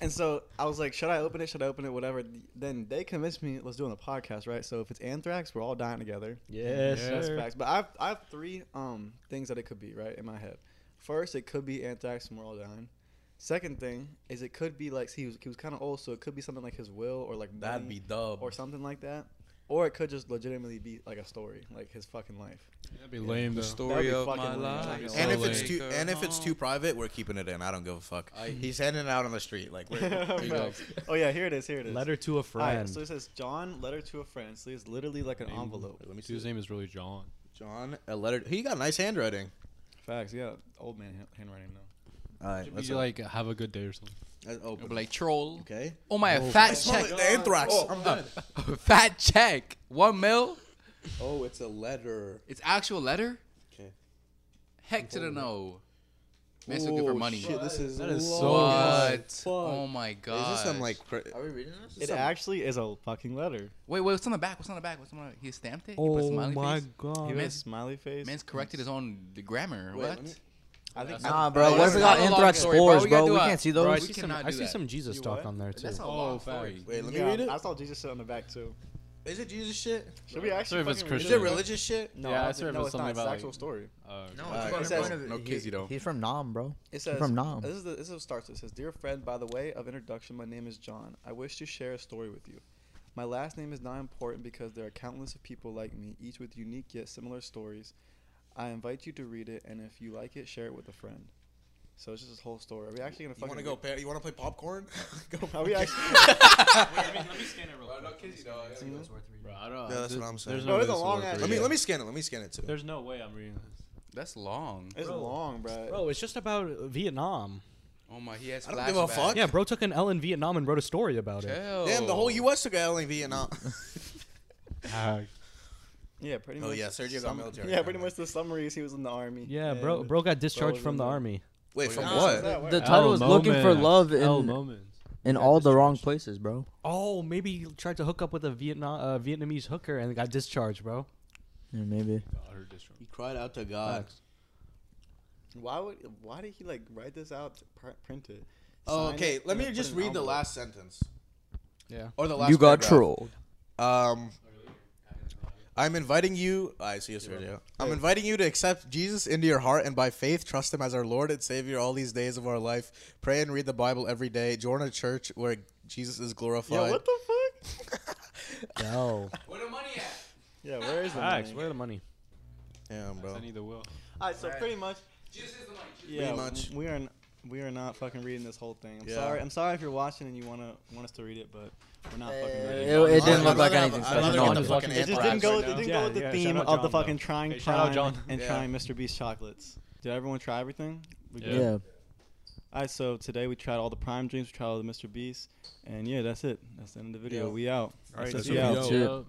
S2: and so I was like, should I open it? Should I open it? Whatever. Then they convinced me, let's do it on the podcast, right? So if it's anthrax, we're all dying together.
S5: Yes,
S6: Yeah.
S5: sir.
S2: That's facts. But I have, I have three um things that it could be, right, in my head. First, it could be anthrax and we're all dying. Second thing is it could be like he was he was kind of old, so it could be something like his will or like
S3: That'd
S2: money
S3: be dub.
S2: or something like that. Or it could just legitimately be like a story, like his fucking life.
S6: That'd be lame
S1: The
S6: though.
S2: That'd
S1: story
S2: be
S1: of
S2: fucking
S1: my
S2: lame.
S1: life.
S2: And
S3: And
S6: So
S3: if it's
S6: Oh, like- uh,
S3: too and if it's too private, we're keeping it in. I don't give a fuck.
S1: I-
S3: He's handing it out on the street like we're,
S1: There you go.
S2: Facts. oh yeah, here it is. Here it is.
S4: Letter to a
S2: Alright,
S4: friend.
S2: so it says John letter to a friend. So it's literally like an
S6: Name.
S2: envelope.
S3: Let me
S6: Dude's name is really John.
S3: John, a letter. He got nice handwriting.
S2: Facts. Yeah, old man ha- handwriting though.
S3: All right,
S6: Should be like have a good day or something.
S3: uh, let's open.
S1: It'll be like troll.
S3: okay.
S1: Oh my, a fat
S3: Smell
S1: check.
S3: it, the anthrax.
S6: Oh,
S3: I'm done.
S1: A fat check. One mil.
S3: Oh, it's a letter.
S1: It's actual letter.
S3: Okay.
S1: Heck to the no. Man's looking for money.
S2: Shit, this is
S3: That Oh, is
S1: What?
S3: so
S2: long.
S1: Oh my god.
S3: Is this some like? Cr-
S5: Are we reading this?
S2: It actually is a fucking letter.
S1: Wait, wait. What's on the back? What's on the back? What's on the back? He stamped it. He put a
S5: Oh
S1: smiley
S5: my
S1: face.
S2: He
S5: god.
S2: was
S1: Man-
S2: a smiley face.
S1: Man's corrected his own the grammar.
S3: Wait,
S1: what?
S3: let me-
S2: I think
S5: Nah,
S1: Hey,
S5: bro. What if
S1: that's
S5: we
S1: not
S5: got
S1: a long
S5: Anthrax
S1: story, bro.
S5: spores,
S1: We
S5: bro?
S1: gotta do
S5: We
S1: a-
S5: can't see
S4: Bro,
S5: those.
S4: I
S1: we
S4: see some.
S1: cannot
S4: I
S1: do
S4: see
S1: that.
S4: some Jesus
S7: You
S4: talk
S7: what?
S4: on there too.
S1: That's a
S6: Oh,
S1: long
S6: fact.
S1: story.
S3: wait, let me
S2: Yeah,
S3: read it.
S2: I saw Jesus shit on the back too.
S3: Is it Jesus shit?
S2: Should we
S6: Sorry
S2: actually?
S6: if it's
S2: fucking read
S3: Is
S6: Christian.
S3: it religious shit?
S2: No,
S6: Yeah,
S2: I
S6: I
S2: don't
S6: served
S2: think-
S6: with
S2: no, it's not.
S6: something
S2: It's the
S6: about,
S2: actual
S6: like-
S2: story.
S6: Oh, okay.
S1: No,
S3: Uh,
S1: it's
S3: it
S1: about
S3: says-
S1: everyone is-
S2: No
S1: he-
S2: kids, you
S5: He's from Nam, bro.
S2: It
S5: He's
S2: says
S5: from Nam.
S2: This is the, this is how it starts. It says, "Dear friend, by the way of introduction, my name is John. I wish to share a story with you. My last name is not important because there are countless of people like me, each with unique yet similar stories. I invite you to read it, and if you like it, share it with a friend." So it's just this whole story. Are we actually gonna
S3: You
S2: fucking?
S3: want to go? Par- you want to play popcorn? go.
S2: Are we actually?
S6: let me, let me scan it real quick. Bro, I don't,
S3: Yeah, that's
S6: th-
S3: what I'm saying.
S6: There's
S2: Oh,
S6: no,
S2: it's
S6: way
S2: a
S6: this will
S2: long
S6: work
S2: ass-
S6: for
S3: Let me
S6: you.
S3: let me scan it. Let me scan it too.
S6: There's no way I'm reading this.
S1: That's long.
S2: It's
S4: Bro.
S2: long, bro.
S4: Bro, it's just about Vietnam.
S1: Oh my, he has
S3: I don't give a
S1: flashbacks.
S3: fuck.
S4: Yeah, bro took an L in Vietnam and wrote a story about it.
S1: Chill.
S3: Damn, the whole U.S. took L in Vietnam.
S2: Yeah, pretty
S3: oh
S2: much.
S3: yeah, Sergio got
S2: sum-
S3: military.
S2: Yeah, pretty much the summary is he was in the army.
S4: yeah, bro.
S2: and-
S4: Bro got discharged
S2: was
S4: from
S2: in
S4: the
S2: the-
S4: army.
S3: Wait, from
S6: yeah.
S2: Is
S3: what?
S2: that where-
S5: The title is looking for
S6: moment.
S5: love
S6: L
S5: in
S6: moments.
S5: in all the wrong places, bro.
S4: Oh, maybe he tried to hook up with a Vietnam uh, Vietnamese hooker and got discharged, bro.
S5: Yeah, maybe.
S6: I heard this from.
S3: He cried out to God.
S2: Why would? Why did he like write this out, pr- print it?
S3: Oh,
S2: sign
S3: okay.
S2: it,
S3: Let
S2: and
S3: me
S2: then put
S3: just
S2: it in
S3: read the
S2: envelope?
S3: last sentence.
S4: Yeah.
S3: Or the last.
S5: you got
S3: paragraph.
S5: trolled.
S3: Um, I'm inviting you. I see you, Sergio. I'm inviting you to accept Jesus into your heart and by faith trust Him as our Lord and Savior all these days of our life. Pray and read the Bible every day. Join a church where Jesus is glorified.
S2: Yeah, what the fuck?
S4: No.
S1: Where the money at?
S2: Yeah, where is the
S4: Facts.
S2: money?
S4: Where the money?
S3: Damn, bro.
S6: I need the will.
S2: All right, so pretty much,
S1: Jesus is the money. Jesus-
S2: yeah,
S3: much.
S2: we are n- we are not fucking reading this whole thing. I'm
S3: Yeah.
S2: sorry. I'm sorry if you're watching and you wanna want us to read it, but we're not fucking
S5: It,
S2: reading.
S5: it
S2: it.
S5: didn't look
S3: I'd
S5: like
S3: rather have-
S5: anything
S3: I'd rather
S5: special.
S3: have
S5: No,
S3: the
S5: no.
S3: fucking
S2: It just
S3: Eh, anthrax
S2: didn't go.
S3: right
S2: It
S3: now.
S2: didn't
S4: now.
S2: go with the
S4: Yeah, yeah,
S2: theme
S4: shout out
S2: of the
S4: John,
S2: fucking
S4: though.
S2: trying
S6: Hey, shout out
S2: prime
S6: John.
S2: and
S6: Yeah.
S2: trying Mr. Beast chocolates. Did everyone try everything? We
S6: Yeah.
S5: Yeah.
S2: good? All right, so today we tried all the prime dreams, we tried all the Mr. Beast, and yeah, that's it. That's the end of the video.
S3: Yeah.
S2: We out.
S3: All right,
S2: SSG
S3: that's what we
S2: out.
S3: do.
S5: Chill.